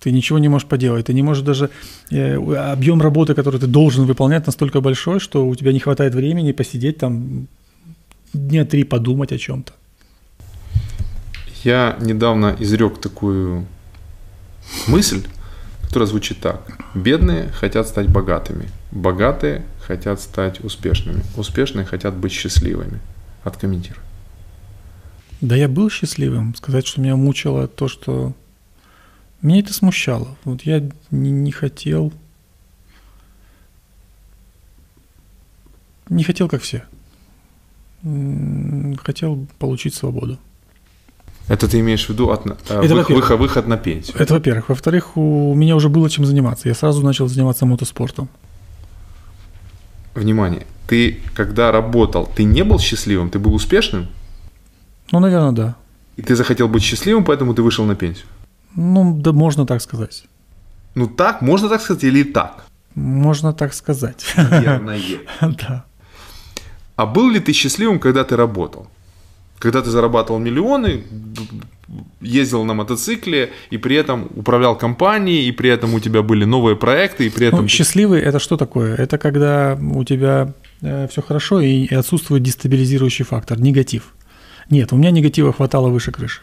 Ты ничего не можешь поделать. Ты не можешь даже... э, у- объем работы, который ты должен выполнять, настолько большой, что у тебя не хватает времени посидеть там дня три подумать о чем-то. Я недавно изрек такую мысль, которая звучит так. Бедные хотят стать богатыми. Богатые хотят стать успешными. Успешные хотят быть счастливыми. Откомментируй. Да я был счастливым. Сказать, что меня мучило то, что... Меня это смущало. Вот я не, не хотел... Не хотел, как все. М, Хотел получить свободу. Это ты имеешь в виду от, э, Это вых- во-первых. выход, выход на пенсию. Это во-первых. Во-вторых, у меня уже было чем заниматься. Я сразу начал заниматься мотоспортом. Внимание. Ты, когда работал, ты не был счастливым, ты был успешным, Ну, наверное, да. и ты захотел быть счастливым, поэтому ты вышел на пенсию. Ну, да, можно так сказать. Ну так, можно так сказать или так? Можно так сказать. Наверное. Да. А был ли ты счастливым, когда ты работал? Когда ты зарабатывал миллионы, ездил на мотоцикле и при этом управлял компанией, и при этом у тебя были новые проекты, и при этом... Ну, ты- счастливый это что такое? Это когда у тебя все хорошо и, и отсутствует дестабилизирующий фактор, негатив. Нет, у меня негатива хватало выше крыши.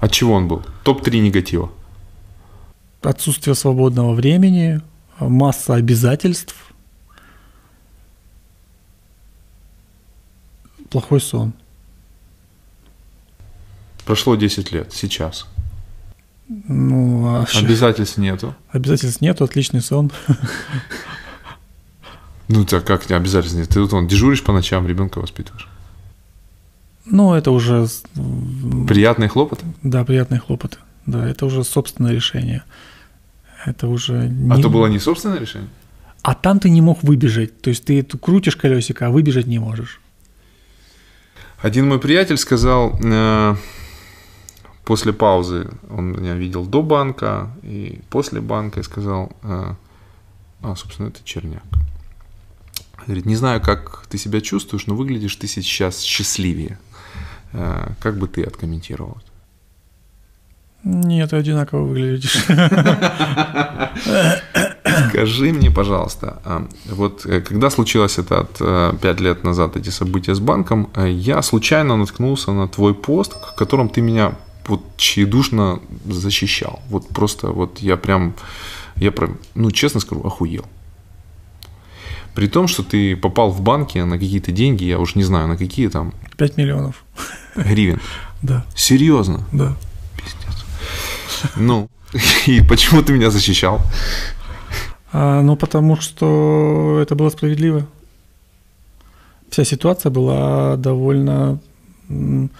От чего он был? Топ-3 негатива. Отсутствие свободного времени, э, масса обязательств, плохой сон. Прошло 10 лет, сейчас. Ну, а щ- Обязательств нету. обязательств нет, отличный сон. Ну так как обязательств нет? Ты тут вон, дежуришь по ночам, ребенка воспитываешь. Ну, это уже, с- м, Приятные хлопоты. да, приятные хлопоты. Да, это уже собственное решение. Это уже А не- то было не собственное решение? А там ты не мог выбежать. То есть ты эту крутишь колесико, а выбежать не можешь. Один мой приятель сказал э, после паузы, он меня видел до банка и после банка, и сказал, э, а, собственно, это черняк. Говорит, не знаю, как ты себя чувствуешь, но выглядишь ты сейчас счастливее. Э, как бы ты откомментировал? это? Нет, ты одинаково выглядишь. Скажи мне, пожалуйста, а, вот э, когда случилось это от, э, пять лет назад, эти события с банком, э, я случайно наткнулся на твой пост, в котором ты меня вот тщедушно защищал. Вот просто вот я прям, я прям, ну честно скажу, охуел. При том, что ты попал в банки а на какие-то деньги, я уж не знаю, на какие там... 5 миллионов. Гривен. Да, Серьезно? да. Пиздец. Ну, и почему ты меня защищал? А, ну, потому что это было справедливо. Вся ситуация была довольно... м,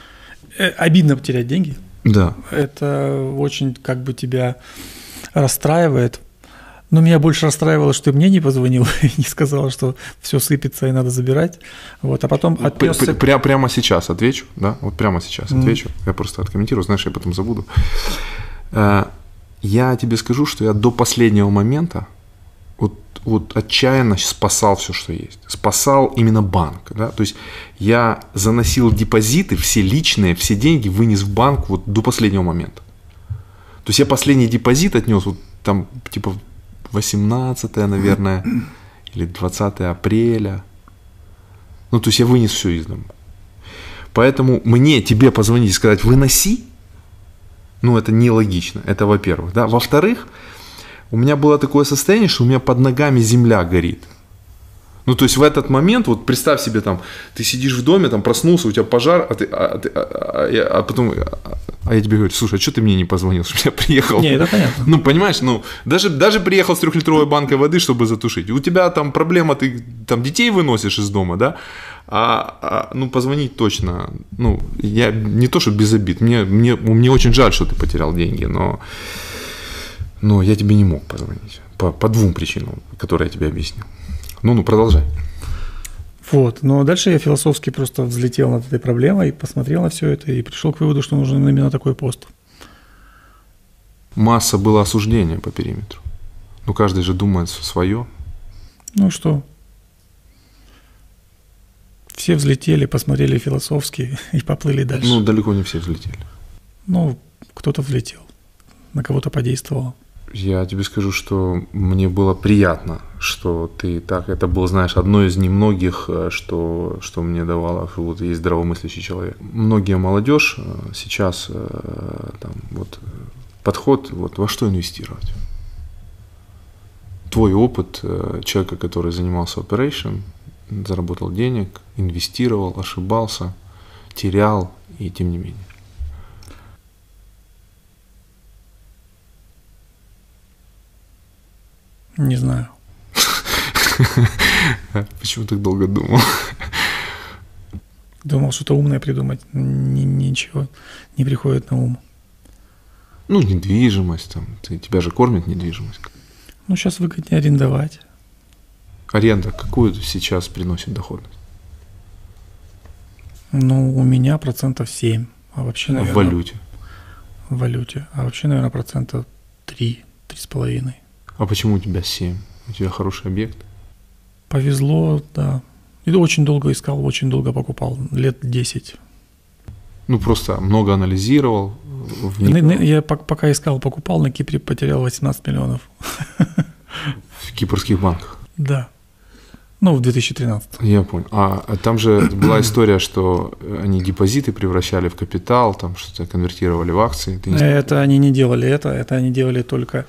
э, Обидно потерять деньги. Да. Это очень как бы тебя расстраивает. Но меня больше расстраивало, что ты мне не позвонил и не сказал, что все сыпется и надо забирать. Вот, а потом Пр- отнесся... пр- Ну, пря- прямо сейчас отвечу, да, вот прямо сейчас Мгм. отвечу. Я просто откомментирую, знаешь, я потом забуду. Э, Я тебе скажу, что я до последнего момента вот, вот отчаянно спасал все, что есть. Спасал именно банк, да, то есть я заносил депозиты, все личные, все деньги вынес в банк вот до последнего момента. То есть я последний депозит отнес, вот там типа 18, наверное, или 20 апреля. Ну, то есть я вынес все из дома. Поэтому мне тебе позвонить и сказать «выноси», ну, это нелогично, это во-первых. Да? Во-вторых, у меня было такое состояние, что у меня под ногами земля горит. Ну, то есть в этот момент, вот представь себе, там, ты сидишь в доме, там, проснулся, у тебя пожар, а, ты, а, ты- а- а я- а потом, а, а я тебе говорю, слушай, а что ты мне не позвонил, что я приехал? Не, это понятно. Ну, понимаешь, ну, даже, даже приехал с трехлитровой банкой воды, чтобы затушить. У тебя там проблема, ты там детей выносишь из дома, да? А, а, ну, позвонить точно. Ну, я не то, что без обид. Мне, мне, мне очень жаль, что ты потерял деньги, но, но я тебе не мог позвонить. По, по двум причинам, которые я тебе объяснил. Ну, ну, продолжай. Вот, но дальше я философски просто взлетел над этой проблемой, посмотрел на все это и пришел к выводу, что нужен именно такой пост. Масса было осуждения по периметру. Ну, каждый же думает свое. Ну и что? Все взлетели, посмотрели философски и поплыли дальше. Ну, Ну, далеко не все взлетели. кто-то взлетел, на кого-то подействовало. Я тебе скажу, что мне было приятно, что ты так. Это было, знаешь, одно из немногих, э, что, что мне давало, что вот есть здравомыслящий человек. Многие молодежь э, сейчас э, там вот э, подход, вот во что инвестировать. Твой опыт э, человека, который занимался operation, заработал денег, инвестировал, ошибался, терял и тем не менее. Не знаю. Почему так долго думал? Думал что-то умное придумать. Н- ничего не приходит на ум. Ну, недвижимость там. Ты, тебя же кормит недвижимость. Ну, сейчас выгоднее арендовать. Аренда какую сейчас приносит доходность? Ну, у меня процентов 7. А вообще, наверное, в валюте. в валюте. А вообще, наверное, процента 3, 3,5. А почему у тебя 7? У тебя хороший объект? Повезло, да. И очень долго искал, очень долго покупал, лет 10. Ну, просто много анализировал. Ны- ны- В, Я пок- пока искал, покупал, на Кипре потерял 18 миллионов. в кипрских банках. Да. Ну, в 2013. Я понял. А, а там же была история, что они депозиты превращали в капитал, там что-то конвертировали в акции. Ты не- Это они не делали это, это они делали только...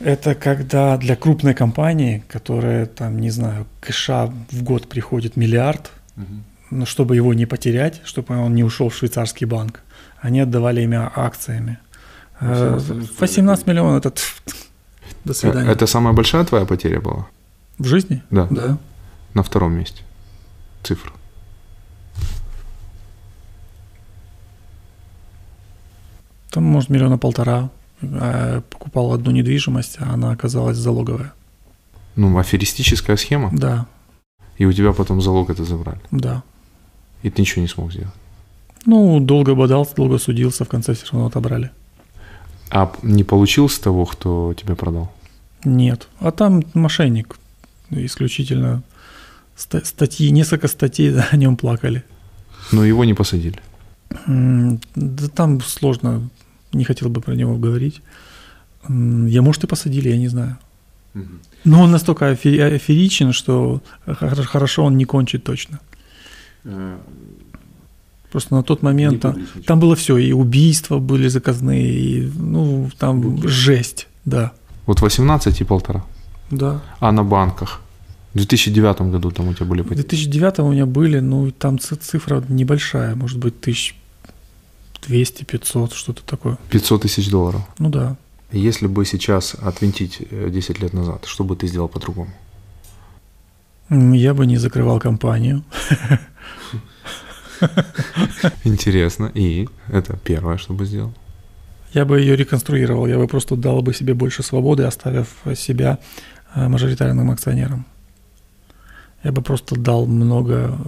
Это когда для крупной компании, которая там, не знаю, кэша в год приходит миллиард, Мгм. но чтобы его не потерять, чтобы он не ушел в швейцарский банк, они отдавали имя акциями. Э, 18 миллионов. 18 миллионов это тф, тф, до Э, свидания. Это самая большая твоя потеря была? В жизни? Да. Да. На втором месте. Цифра. Там, может, миллиона полтора. Э, Покупал одну недвижимость, а она оказалась залоговая. Ну, аферистическая схема. Да, И у тебя потом залог это забрали. да. И ты ничего не смог сделать. Ну, долго бодался, долго судился, в конце все равно отобрали. А п- не получилось того, кто тебя продал? Нет. А там мошенник. Исключительно ста- статьи, несколько статей о нем плакали. Но его не посадили. М, Да там сложно, не хотел бы про него говорить. М, Я, может, и посадили, я не знаю. Но он настолько афе- аферичен, что хор- хорошо он не кончит точно. Просто на тот момент там, там было все, и убийства были заказные, и ну там жесть, да, Вот 18 и полтора. Да. А на банках? В 2009 году там у тебя были В 2009 у меня были, ну, там ци- цифра небольшая, может быть, тысяч 200, 500, что-то такое. 500 тысяч долларов. Ну да. Если бы сейчас отвинтить э, 10 лет назад, что бы ты сделал по-другому? М, Я бы не закрывал компанию. Интересно. И это первое, что бы сделал. Я бы ее реконструировал, я бы просто дал бы себе больше свободы, оставив себя э, мажоритарным акционером. Я бы просто дал много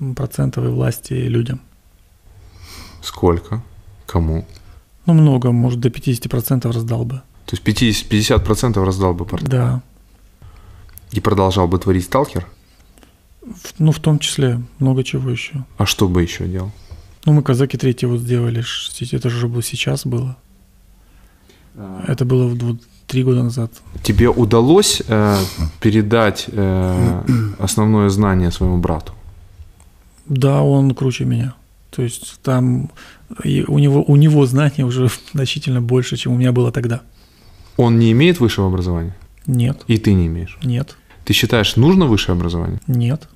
м, процентовой власти людям. Сколько? Кому? Ну, много, может, до 50% раздал бы. То есть 50, 50% раздал бы портфель. Да. И продолжал бы творить сталкер? В- ну, в том числе много чего еще. А что бы еще делал? Ну, мы казаки третьего вот сделали, ш- это же уже было сейчас было. Это было в дву- три года назад. Тебе удалось э, передать э, основное знание своему брату? Да, он круче меня. То есть там и у него, у него знания уже значительно больше, чем у меня было тогда. Он не имеет высшего образования, Нет, и ты не имеешь. нет, Ты считаешь, нужно высшее образование? нет.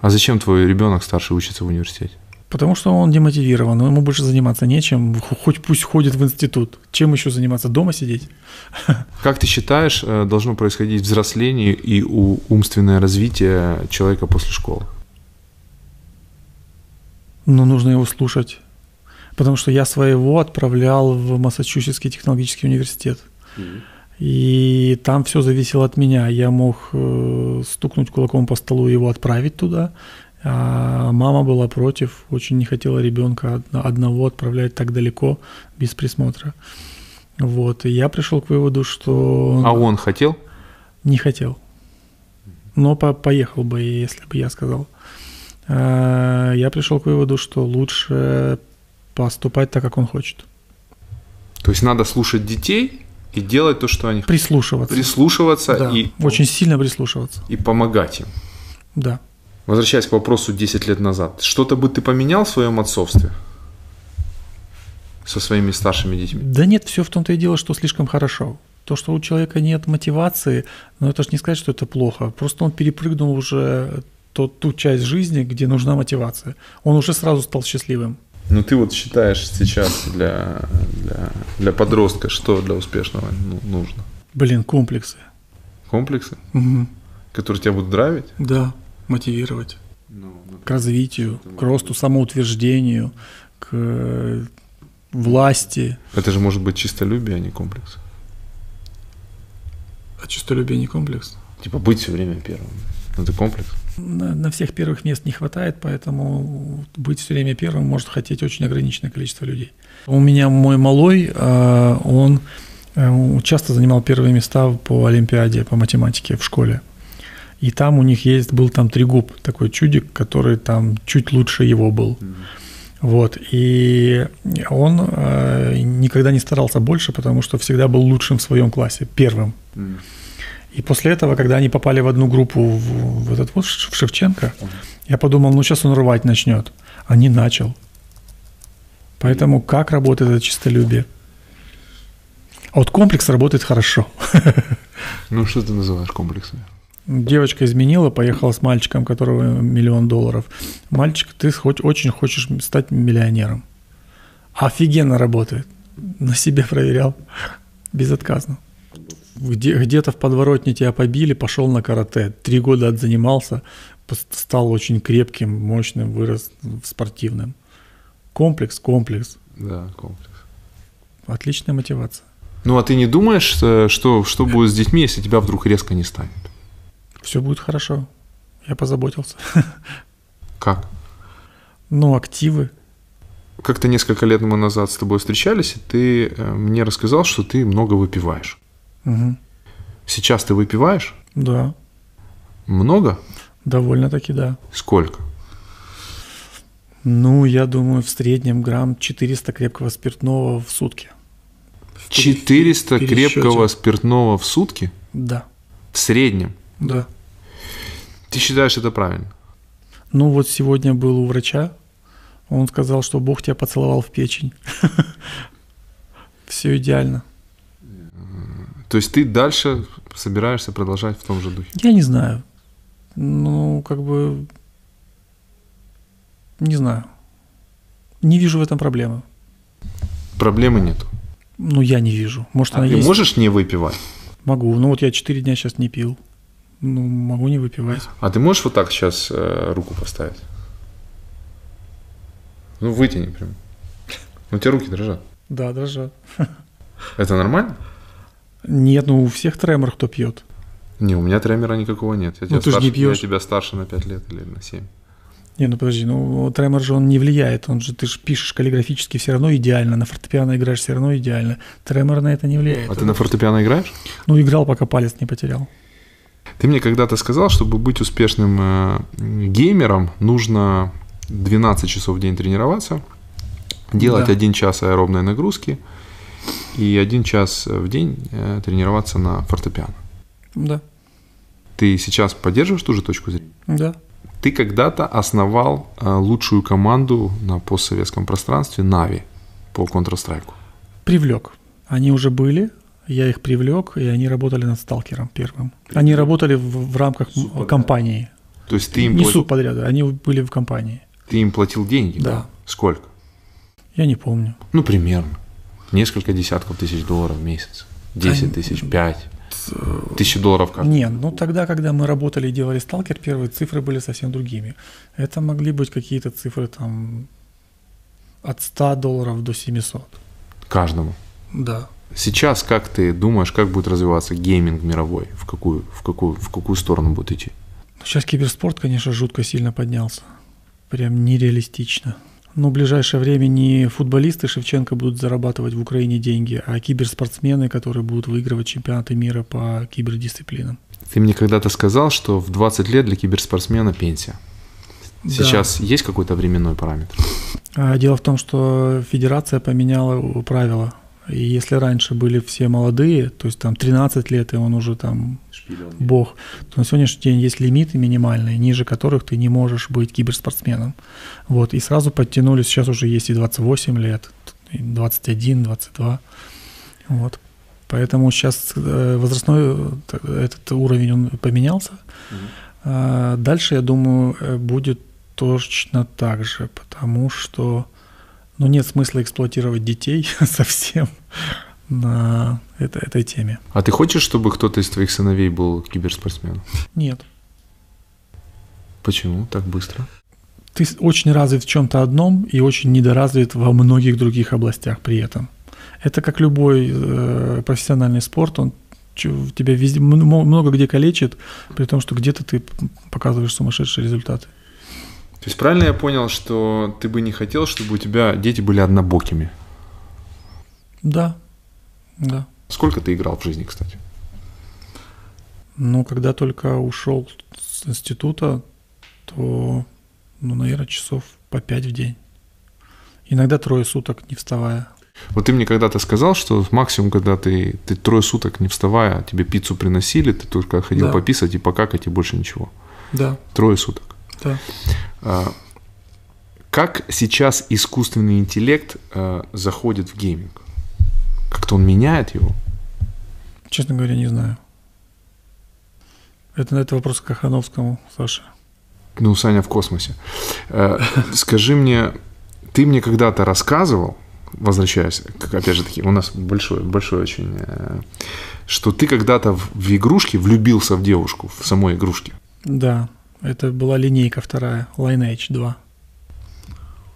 А зачем твой ребенок старший учится в университете? Потому что он демотивирован, ему больше заниматься нечем, Хо- хоть пусть ходит в институт. Чем еще заниматься? Дома сидеть? Как ты считаешь, э, должно происходить взросление и у- умственное развитие человека после школы? Но нужно его слушать. Потому что я своего отправлял в Массачусетский технологический университет. И там все зависело от меня. Я мог э, стукнуть кулаком по столу и его отправить туда. А мама была против, очень не хотела ребенка одна- одного отправлять так далеко без присмотра. Вот. И я пришел к выводу, что А он хотел? не хотел. Но по- поехал бы, если бы я сказал. А, Я пришел к выводу, что лучше поступать так, как он хочет. То есть надо слушать детей и делать то, что они хотят. Прислушиваться. Прислушиваться Да, и, Очень сильно прислушиваться. и помогать им. Да. Возвращаясь к вопросу 10 лет назад, что-то бы ты поменял в своем отцовстве со своими старшими детьми? Да нет, все в том-то и дело, что слишком хорошо. То, что у человека нет мотивации, но это же не сказать, что это плохо. Просто он перепрыгнул уже тот, ту часть жизни, где нужна мотивация. Он уже сразу стал счастливым. Ну ты вот считаешь сейчас для, для, для подростка, что для успешного ну, нужно? Блин, комплексы. Комплексы, которые тебя будут драйвить? Да, мотивировать. к развитию, к росту, самоутверждению, к э, власти. Это же может быть чистолюбие, а не комплекс. А честолюбие не комплекс? Типа быть все время первым. Ну, Это комплекс. На, на всех первых мест не хватает, поэтому быть все время первым может хотеть очень ограниченное количество людей. У меня мой малой, э, он э, часто занимал первые места по Олимпиаде по математике в школе. И там у них есть, был там Трегуб, такой чудик, который там чуть лучше его был. Вот, и он э, никогда не старался больше, потому что всегда был лучшим в своем классе, первым. И после этого, когда они попали в одну группу в, в этот вот Ш- в Шевченко, я подумал, ну сейчас он рвать начнет. А не начал. Поэтому как работает это чистолюбие? А вот комплекс работает хорошо. Ну что ты называешь комплексами? Девочка изменила, поехала с мальчиком, которого миллион долларов. Мальчик, ты хоть очень хочешь стать миллионером. Офигенно работает. На себе проверял. Безотказно. Где, где-то в подворотне тебя побили, пошел на карате. Три года отзанимался, пос- стал очень крепким, мощным, вырос в спортивным. Комплекс, комплекс. Да, комплекс. Отличная мотивация. Ну а ты не думаешь, э, что, что будет с детьми, если тебя вдруг резко не станет? Все будет хорошо. Я позаботился. Как? Ну, активы. Как-то несколько лет тому назад с тобой встречались, и ты э, мне рассказал, что ты много выпиваешь. Мгм. Сейчас ты выпиваешь? Да, Много? довольно-таки да. Сколько? Ну, я думаю, в среднем грамм 400 крепкого спиртного в сутки. В пере- 400 пересчете. крепкого спиртного в сутки? Да, В среднем? да. Ты считаешь это правильно? Ну, вот сегодня был у врача, он сказал, что Бог тебя поцеловал в печень. Все идеально. То есть ты дальше собираешься продолжать в том же духе? Я не знаю. Ну, как бы... Не знаю. Не вижу в этом проблемы. Проблемы нету. Ну, я не вижу. Может, А она ты есть? можешь не выпивать? Могу. Ну, вот я 4 дня сейчас не пил. Ну, могу не выпивать. А ты можешь вот так сейчас руку поставить? Ну, вытяни прям. Ну, у тебя руки дрожат. Да, дрожат. Это нормально? Нет, ну, у всех тремор, кто пьет. Не, у меня тремера никакого нет. Я тебя Ну, ты ж не старше- пьёшь. Я тебя старше на 5 лет или на 7. Не, ну подожди, ну тремор же он не влияет, он же ты же пишешь каллиграфически все равно идеально, на фортепиано играешь все равно идеально. Тремор на это не влияет. А ты на фортепиано играешь? Ну играл, пока палец не потерял. Ты мне когда-то сказал, чтобы быть успешным э, геймером, нужно 12 часов в день тренироваться, делать Да. один час аэробной нагрузки и один час в день э, тренироваться на фортепиано. Да, Ты сейчас поддерживаешь ту же точку зрения? да. Ты когда-то основал э, лучшую команду на постсоветском пространстве Нави по Counter-Strike. Привлек. Они уже были, я их привлек, и они работали над сталкером первым. Они работали в, в рамках м, Субподряд. компании. То есть ты им, не пла- субподряда, они были в компании. ты им платил деньги? Да. Сколько? Я не помню. Ну, примерно. Несколько десятков тысяч долларов в месяц. 10 А, тысяч, 5. Тысячи долларов как? Не, ну тогда, когда мы работали и делали сталкер, первые цифры были совсем другими. Это могли быть какие-то цифры там от 100 долларов до 700. Каждому. Да. Сейчас как ты думаешь, как будет развиваться гейминг мировой? В какую, в какую, в какую сторону будет идти? Сейчас киберспорт, конечно, жутко сильно поднялся. Прям нереалистично. Но в ближайшее время не футболисты Шевченко будут зарабатывать в Украине деньги, а киберспортсмены, которые будут выигрывать чемпионаты мира по кибердисциплинам. Ты мне когда-то сказал, что в 20 лет для киберспортсмена пенсия. Да. Сейчас есть какой-то временной параметр? А, Дело в том, что федерация поменяла у- правила. И если раньше были все молодые, то есть там 13 лет, и он уже там бог, то на сегодняшний день есть лимиты минимальные, ниже которых ты не можешь быть киберспортсменом. Вот, и сразу подтянули, сейчас уже есть и 28 лет, и 21, 22. Вот. Поэтому сейчас возрастной э, т- этот уровень он поменялся. А Дальше, я думаю, э, будет точно так же, потому что ну, нет смысла эксплуатировать детей совсем на это- этой теме. А ты хочешь, чтобы кто-то из твоих сыновей был киберспортсменом? Нет. Почему так быстро? Ты с- очень развит в чем-то одном и очень недоразвит во многих других областях при этом. Это как любой э, профессиональный спорт, он чу- тебя везде, мн- мо- много где калечит, при том, что где-то ты п- показываешь сумасшедшие результаты. То есть правильно я понял, что ты бы не хотел, чтобы у тебя дети были однобокими? Да, да. Сколько ты играл в жизни, кстати? Ну, когда только ушел с института, то, ну, наверное, часов по пять в день. Иногда трое суток не вставая. Вот ты мне когда-то сказал, что максимум, когда ты, ты трое суток не вставая, тебе пиццу приносили, ты только ходил Да. пописать и покакать, и больше ничего. Да, Трое суток. да. А, как сейчас искусственный интеллект а, заходит в гейминг? Как-то он меняет его? Честно говоря, не знаю. Это, это вопрос к Кахановскому, Саша. Ну, Саня в космосе. Э, Скажи мне, ты мне когда-то рассказывал, возвращаясь, как опять же таки, у нас большой, большой очень, э, что ты когда-то в, в игрушке влюбился в девушку, в самой игрушке. Да, это была линейка вторая, Lineage 2.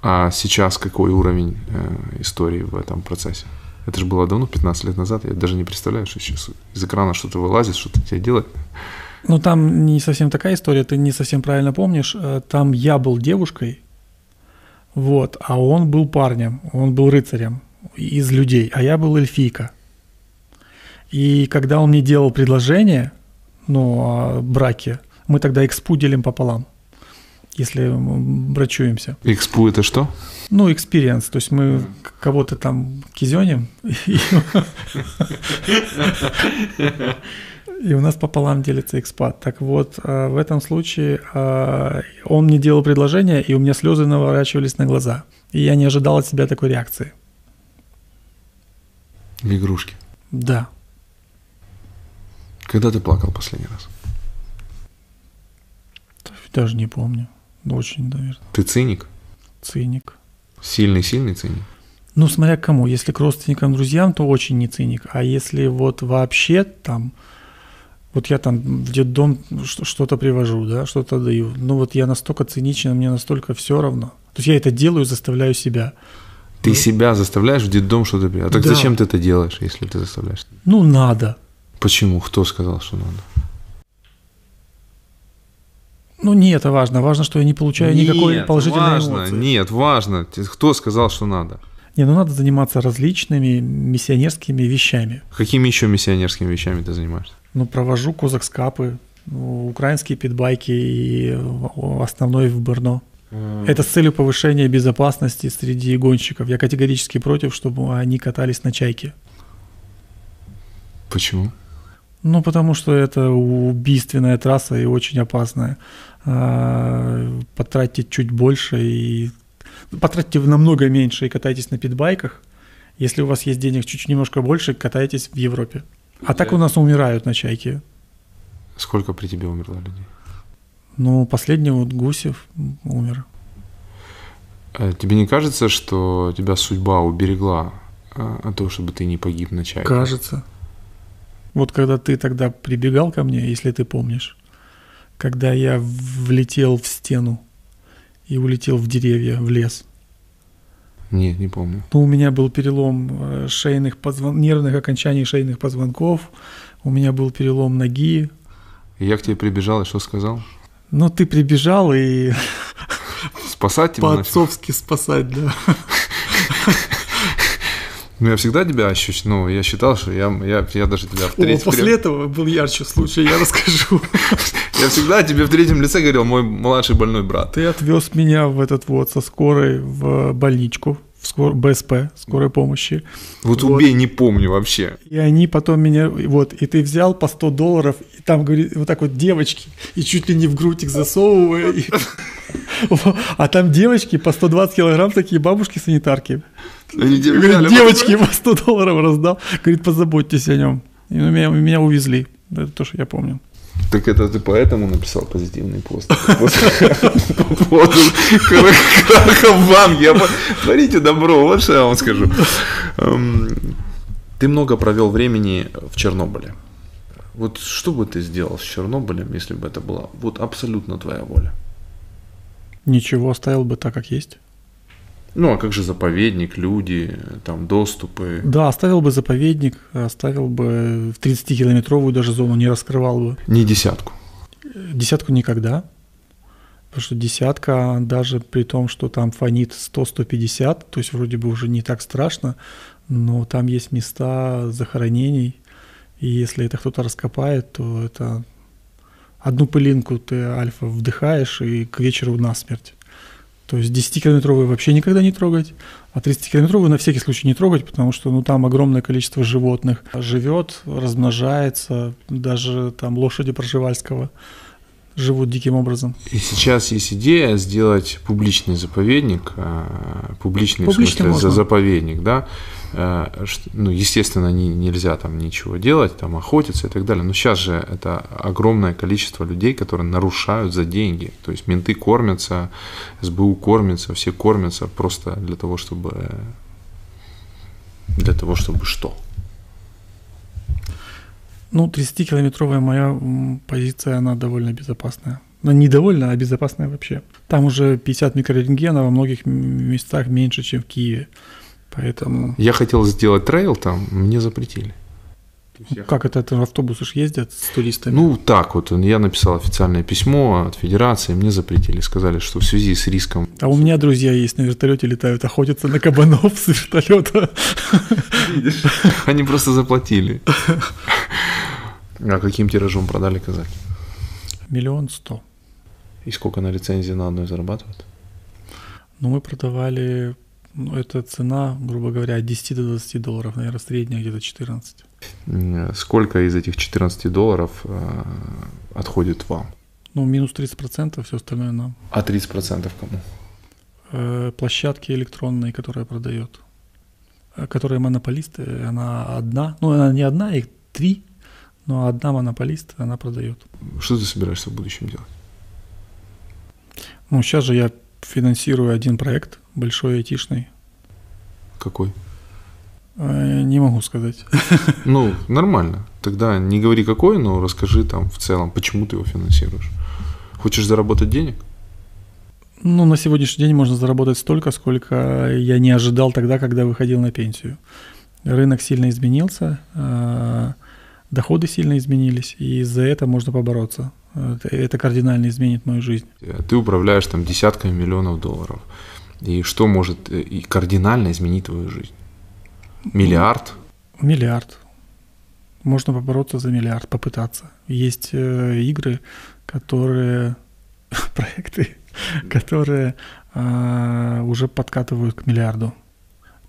А сейчас какой уровень э, истории в этом процессе? Это же было давно, 15 лет назад, я даже не представляю, что сейчас из экрана что-то вылазит, что-то тебе делает. Ну, там не совсем такая история, ты не совсем правильно помнишь. Э, Там я был девушкой, вот, а он был парнем, он был рыцарем из людей, а я был эльфийка. И когда он мне делал предложение, ну, о браке, мы тогда экспу делим пополам, если м, брачуемся. Экспу это что? Ну, экспириенс, то есть мы к- кого-то там кизеним, и, и у нас пополам делится экспат. Так вот, а, в этом случае а, он мне делал предложение, и у меня слезы наворачивались на глаза. И я не ожидал от себя такой реакции. В игрушке. Да. Когда ты плакал последний раз? Даже не помню. Очень, наверное. Ты циник? Циник. Сильный-сильный циник? Ну, смотря к кому. Если к родственникам, друзьям, то очень не циник. А если вот вообще там... Вот я там в детдом что-то привожу, да, что-то даю. Ну вот я настолько циничен, мне настолько все равно. То есть я это делаю, заставляю себя. Ты себя заставляешь в детдом что-то приводить? А так Ну. Да. зачем ты это делаешь, если ты заставляешь? Ну надо. Почему? Кто сказал, что надо? Ну не это важно. Важно, что я не получаю никакой положительной важно, ну, эмоции. Нет, важно. Т- Кто сказал, что надо? Не, ну надо заниматься различными миссионерскими вещами. Какими еще миссионерскими вещами ты занимаешься? Ну, провожу козакскапы, ну, украинские питбайки и э, основной в Брно. Это с целью повышения безопасности среди гонщиков. Я категорически против, чтобы они катались на чайке. Почему? Ну, потому что это убийственная трасса и очень опасная. А, Потратьте чуть больше и потратьте намного меньше и катайтесь на питбайках. Если у вас есть денег чуть немножко больше, катайтесь в Европе. А так у нас умирают на чайке. Сколько при тебе умерло людей? Ну, последний вот Гусев умер. Э, Тебе не кажется, что тебя судьба уберегла э, от того, чтобы ты не погиб на чайке? Кажется. Вот когда ты тогда прибегал ко мне, если ты помнишь, когда я влетел в стену и улетел в деревья, в лес. Нет, не помню. Ну, у меня был перелом э, шейных позвон... нервных окончаний шейных позвонков, у меня был перелом ноги. И Я к тебе прибежал и что сказал? Ну, ты прибежал и Спасать тебя начал? по-отцовски спасать, да. Ну, я всегда тебя ощущал, ну, я считал, что я, я, я даже тебя в О, третьем- после этого был ярче случай, я расскажу. Я всегда тебе в третьем лице говорил, мой младший больной брат. Ты отвез меня в этот вот со скорой в больничку, в скор... БСП, скорой помощи. Вот, Вот. убей, не помню вообще. И они потом меня, вот, и ты взял по 100 долларов, и там, говорит, вот так вот девочки, и чуть ли не в грудь их засовывая. и- А там девочки по 120 килограмм, такие бабушки-санитарки. Они тебе Говорит, реально- девочки, я по 100 долларов раздал. Говорит, позаботьтесь о нем. И меня, меня увезли. Это то, что я помню. Так это ты поэтому написал позитивный пост. По поводу краха в банке. Я по- Творите добро, вот что я вам скажу. Эм, Ты много провел времени в Чернобыле. Вот что бы ты сделал с Чернобылем, если бы это была вот абсолютно твоя воля? Ничего, оставил бы так, как есть. Ну, а как же заповедник, люди, там, доступы? Да, оставил бы заповедник, оставил бы в 30-километровую даже зону, не раскрывал бы. Не десятку. Десятку никогда. Потому что десятка, даже при том, что там фонит 100-150, то есть вроде бы уже не так страшно, но там есть места захоронений, и если это кто-то раскопает, то это одну пылинку ты альфа вдыхаешь, и к вечеру насмерть. То есть 10-километровые вообще никогда не трогать, а 30-километровые на всякий случай не трогать, потому что ну, там огромное количество животных живет, размножается, даже там лошади Проживальского живут диким образом. И сейчас есть идея сделать публичный заповедник, а, публичный, в Публичный смысле, за можно. заповедник, да. Э, ш- Ну, естественно, не, нельзя там ничего делать, там охотиться и так далее. Но сейчас же это огромное количество людей, которые нарушают за деньги. То есть менты кормятся, СБУ кормится, все кормятся просто для того, чтобы э, для того, чтобы что? Ну, 30-километровая моя м, позиция, она довольно безопасная. Ну, не довольно, а безопасная вообще. Там уже 50 микрорентгена во многих м- местах меньше, чем в Киеве. Поэтому... Я хотел сделать трейл там, мне запретили. Как это, это автобусы ж ездят с туристами? Ну, так вот, я написал официальное письмо от Федерации, мне запретили, сказали, что в связи с риском. а у меня друзья есть, на вертолете летают, охотятся на кабанов с вертолета. Они просто заплатили. А каким тиражом продали казаки? Миллион сто. И сколько на лицензии на одной зарабатывают? Ну, мы продавали... Ну, это цена, грубо говоря, от 10 до 20 долларов, наверное, средняя где-то 14. М, Э, Сколько из этих 14 долларов э, отходит вам? Ну, минус 30%, все остальное нам. А 30% кому? э, площадки электронные, которые продает, э, которые монополисты, она одна, ну она не одна, их три, но одна монополист, она продает. Что ты собираешься в будущем делать? Ну, сейчас же я финансирую один проект, большой айтишный. Какой? Э, Не могу сказать. Ну, нормально. Тогда не говори какой, но расскажи там в целом, почему ты его финансируешь. Хочешь заработать денег? Ну, на сегодняшний день можно заработать столько, сколько я не ожидал тогда, когда выходил на пенсию. Рынок сильно изменился, э, доходы сильно изменились, и за это можно побороться. Это- Это кардинально изменит мою жизнь. Э, Ты управляешь там десятками миллионов долларов. И что может э, и кардинально изменить твою жизнь? Миллиард? Миллиард. Можно побороться за миллиард, попытаться. Есть э, игры, которые... проекты, которые а, уже подкатывают к миллиарду.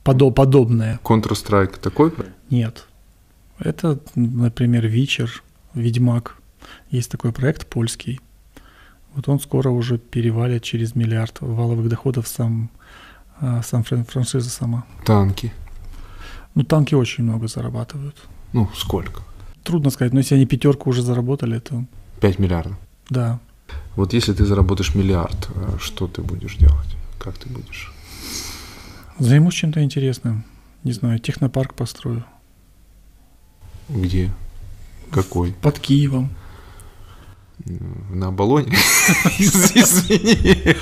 Подо- подобное. Counter-Strike такой? Нет. Это, например, Вечер, Ведьмак. Есть такой проект польский. Вот он скоро уже перевалит через миллиард валовых доходов сам, а, сам фран- франшиза сама. Танки. Ну, танки очень много зарабатывают. Ну, сколько? Трудно сказать, но если они пятерку уже заработали, то 5 миллиардов. да. Вот если ты заработаешь миллиард, э, что ты будешь делать? Как ты будешь? Займусь чем-то интересным. Не знаю, технопарк построю. Где? Какой? Под Киевом. М, На Оболоне? Из- Извини.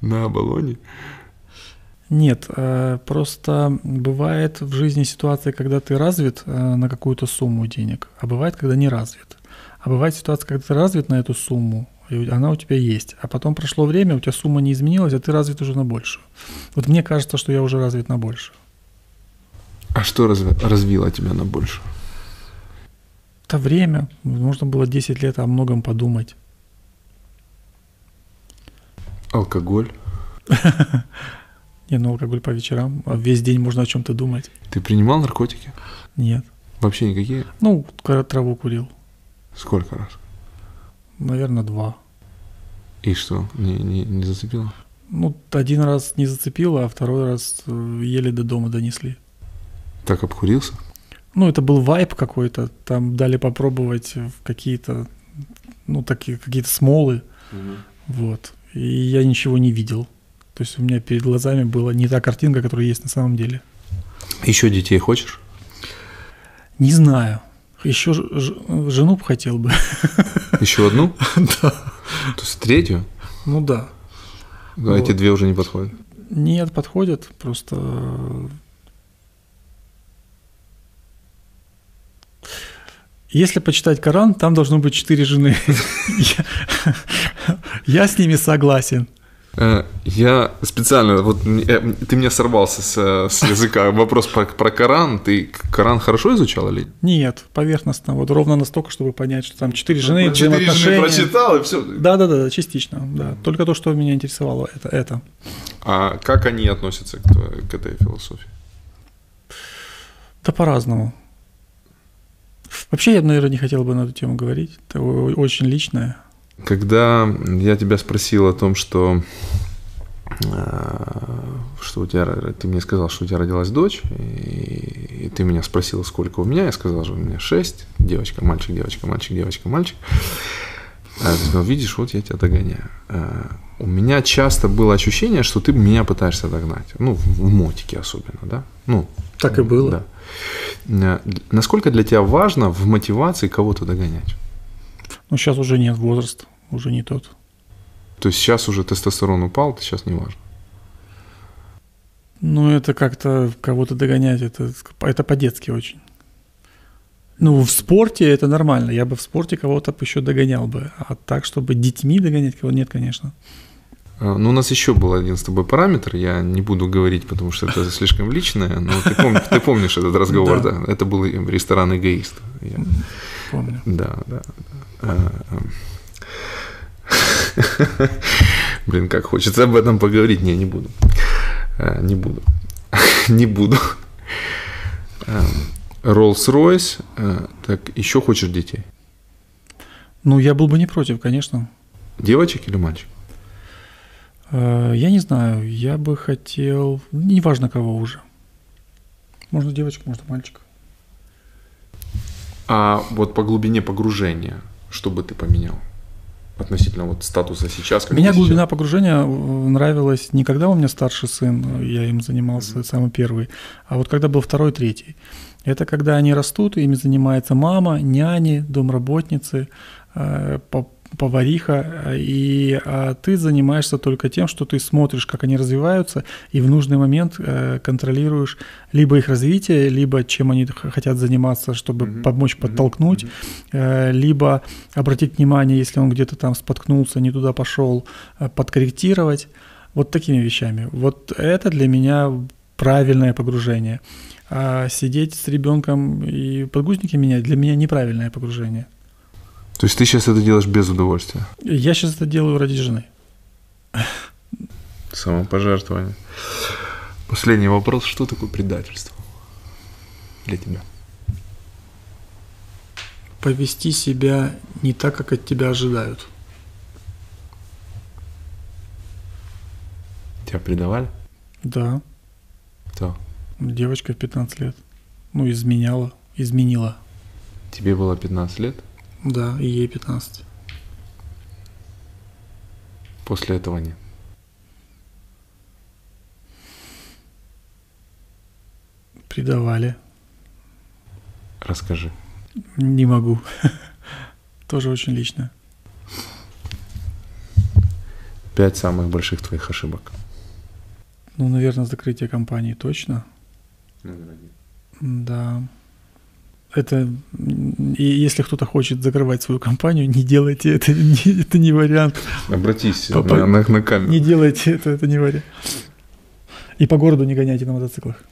На Оболоне? Нет, э, просто бывает в жизни ситуации, когда ты развит э, на какую-то сумму денег, а бывает, когда не развит. А бывает ситуация, когда ты развит на эту сумму, и у- она у тебя есть, а потом прошло время, у тебя сумма не изменилась, а ты развит уже на большую. Вот мне кажется, что я уже развит на большую. А что разв- развило тебя на больше? Это время, можно было 10 лет о многом подумать. Алкоголь? Не, ну алкоголь по вечерам, а весь день можно о чем-то думать. Ты принимал наркотики? Нет. Вообще никакие? Ну, когда траву курил, Сколько раз? наверное, два. И что, не, не, не зацепило? Ну, один раз не зацепило, а второй раз э, еле до дома донесли. Так обкурился? Ну, это был вайп какой-то, там дали попробовать в какие-то, ну, такие какие-то смолы, вот. И я ничего не видел. То есть у меня перед глазами была не та картинка, которая есть на самом деле. Еще детей хочешь? Не знаю. Еще ж- ж- жену бы хотел бы. Еще одну? Да. То есть третью? Ну да. Да, Эти Вот. две уже не подходят. Нет, подходят, просто... э, Если почитать Коран, там должно быть четыре жены. Я- Я с ними согласен. Э, Я специально, вот м, э, м, ты меня сорвался с, э, с языка. Вопрос про, про Коран. Ты к- Коран хорошо изучал или? Нет, поверхностно, вот ровно настолько, чтобы понять, что там четыре жены, Про Ну, четыре жены взаимоотношения. прочитал и все. Да, да, да, да, частично, да. Только то, что меня интересовало, это это. А как они относятся к, тво- к этой философии? Да по-разному. Вообще, я, наверное, не хотел бы на эту тему говорить. Это о- очень личное. Когда я тебя спросил о том, что э, что у тебя, ро- ты мне сказал, что у тебя родилась дочь, и, и ты меня спросила, сколько у меня, я сказал, что у меня шесть, девочка, мальчик, девочка, мальчик, девочка, мальчик. А ты сказал, видишь, вот я тебя догоняю. Э, У меня часто было ощущение, что ты меня пытаешься догнать, ну, в в мотике особенно, да? Ну, Так и было. да. Э, Насколько для тебя важно в мотивации кого-то догонять? Ну, сейчас уже нет, возраст уже не тот. То есть сейчас уже тестостерон упал, это сейчас не важно. Ну, это как-то кого-то догонять, это, это по-детски очень. Ну, в спорте это нормально. Я бы в спорте кого-то еще догонял бы. А так, чтобы детьми догонять кого нет, конечно. А, Ну, у нас еще был один с тобой параметр, я не буду говорить, потому что это слишком личное, но ты, пом- ты помнишь этот разговор, да? Да. Это был и ресторан «Эгоист». Я- Помню. Да, да. да. А, эм. Блин, как хочется об этом поговорить. Не, не буду. А, Не буду. Не буду. Эм, Rolls-Royce, э, так еще хочешь детей? Ну, я был бы не против, конечно. Девочек или мальчик? Э, Я не знаю, я бы хотел... Неважно, кого уже. Можно девочку, можно мальчика. А вот по глубине погружения, что бы ты поменял? относительно вот статуса сейчас? Как меня глубина сейчас? погружения э, нравилась не когда у меня старший сын, э, я им занимался mm-hmm. самый первый, а вот когда был второй, третий. Это когда они растут, ими занимается мама, няни, домработницы, э, повариха, э, и а ты занимаешься только тем, что ты смотришь, как они развиваются, и в нужный момент э, контролируешь либо их развитие, либо чем они хотят заниматься, чтобы mm-hmm. помочь подтолкнуть, mm-hmm. либо обратить внимание, если он где-то там споткнулся, не туда пошел, э, подкорректировать. Вот такими вещами. Вот это для меня правильное погружение. А сидеть с ребенком и подгузники менять для меня неправильное погружение. То есть ты сейчас это делаешь без удовольствия? Я сейчас это делаю ради жены. Самопожертвование. Последний вопрос. Что такое предательство для тебя? Повести себя не так, как от тебя ожидают. Тебя предавали? Да. Кто? Девочка в 15 лет. Ну, изменяла. Изменила. Тебе было 15 лет? Да, и ей 15. После этого нет. Предавали. Расскажи. Не могу. Тоже очень лично. Пять самых больших твоих ошибок. Ну, наверное, закрытие компании точно. Номер один. Да. Это, и если кто-то хочет закрывать свою компанию, не делайте это, не, это не вариант. Обратись Попа... на, на, на камеру. Не делайте это, это не вариант. И по городу не гоняйте на мотоциклах.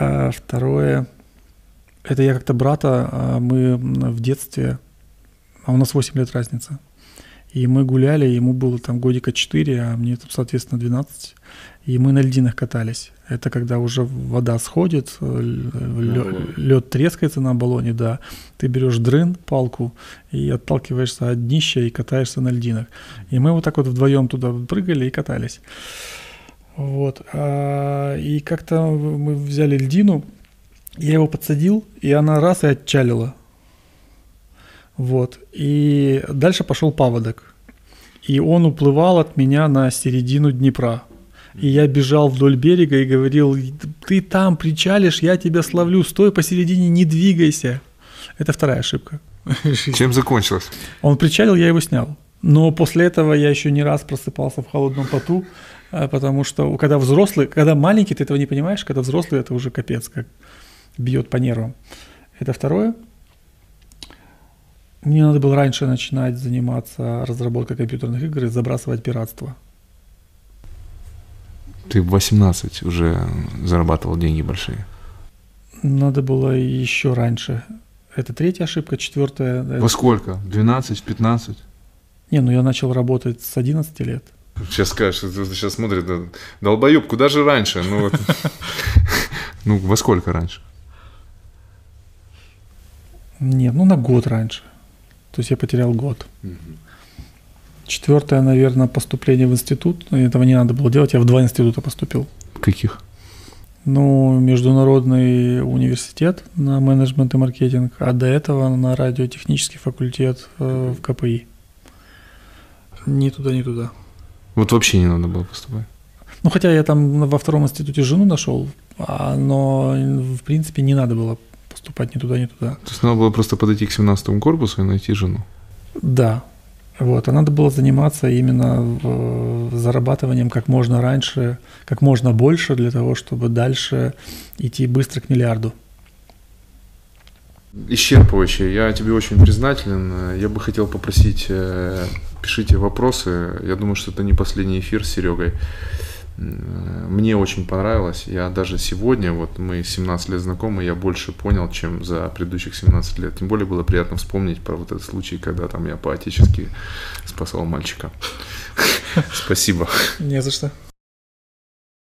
А второе, это я как-то брата, а мы в детстве, а у нас 8 лет разница. И мы гуляли, ему было там годика 4, а мне там, соответственно, 12. И мы на льдинах катались. Это когда уже вода сходит, э, лед трескается на баллоне, да. Ты берешь дрын, палку, и отталкиваешься от днища и катаешься на льдинах. И мы вот так вот вдвоем туда прыгали и катались. Вот. А, И как-то мы взяли льдину, я его подсадил, и она раз и отчалила. Вот. И дальше пошел паводок. И он уплывал от меня на середину Днепра. И я бежал вдоль берега и говорил, ты там причалишь, я тебя словлю, стой посередине, не двигайся. Это вторая ошибка. Чем закончилось? Он причалил, я его снял. Но после этого я еще не раз просыпался в холодном поту, э, потому что когда взрослый, когда маленький, ты этого не понимаешь, когда взрослый, это уже капец, как бьет по нервам. Это второе. Мне надо было раньше начинать заниматься разработкой компьютерных игр и забрасывать пиратство ты в 18 уже зарабатывал деньги большие. Надо было еще раньше. Это третья ошибка, четвертая. Во сколько? 12, 15? Не, ну я начал работать с 11 лет. Сейчас скажешь, сейчас смотрит, долбоеб, куда же раньше? Ну, вот. ну во сколько раньше? Нет, ну на год раньше. То есть я потерял год. Угу. Четвертое, наверное, поступление в институт. Этого не надо было делать. Я в два института поступил. Каких? Ну, международный университет на менеджмент и маркетинг, а до этого на радиотехнический факультет э, в КПИ. Ни туда, ни туда. Вот вообще не надо было поступать. Ну, хотя я там во втором институте жену нашел, но в принципе не надо было поступать ни туда, ни туда. То есть надо было просто подойти к 17 корпусу и найти жену? Да, вот, а надо было заниматься именно зарабатыванием как можно раньше, как можно больше для того, чтобы дальше идти быстро к миллиарду. Исчерпывающе. Я тебе очень признателен. Я бы хотел попросить, э, пишите вопросы. Я думаю, что это не последний эфир с Серегой. Мне очень понравилось. Я даже сегодня, вот мы 17 лет знакомы, я больше понял, чем за предыдущих 17 лет. Тем более было приятно вспомнить про вот этот случай, когда там я поотечески спасал мальчика. Спасибо. Не за что.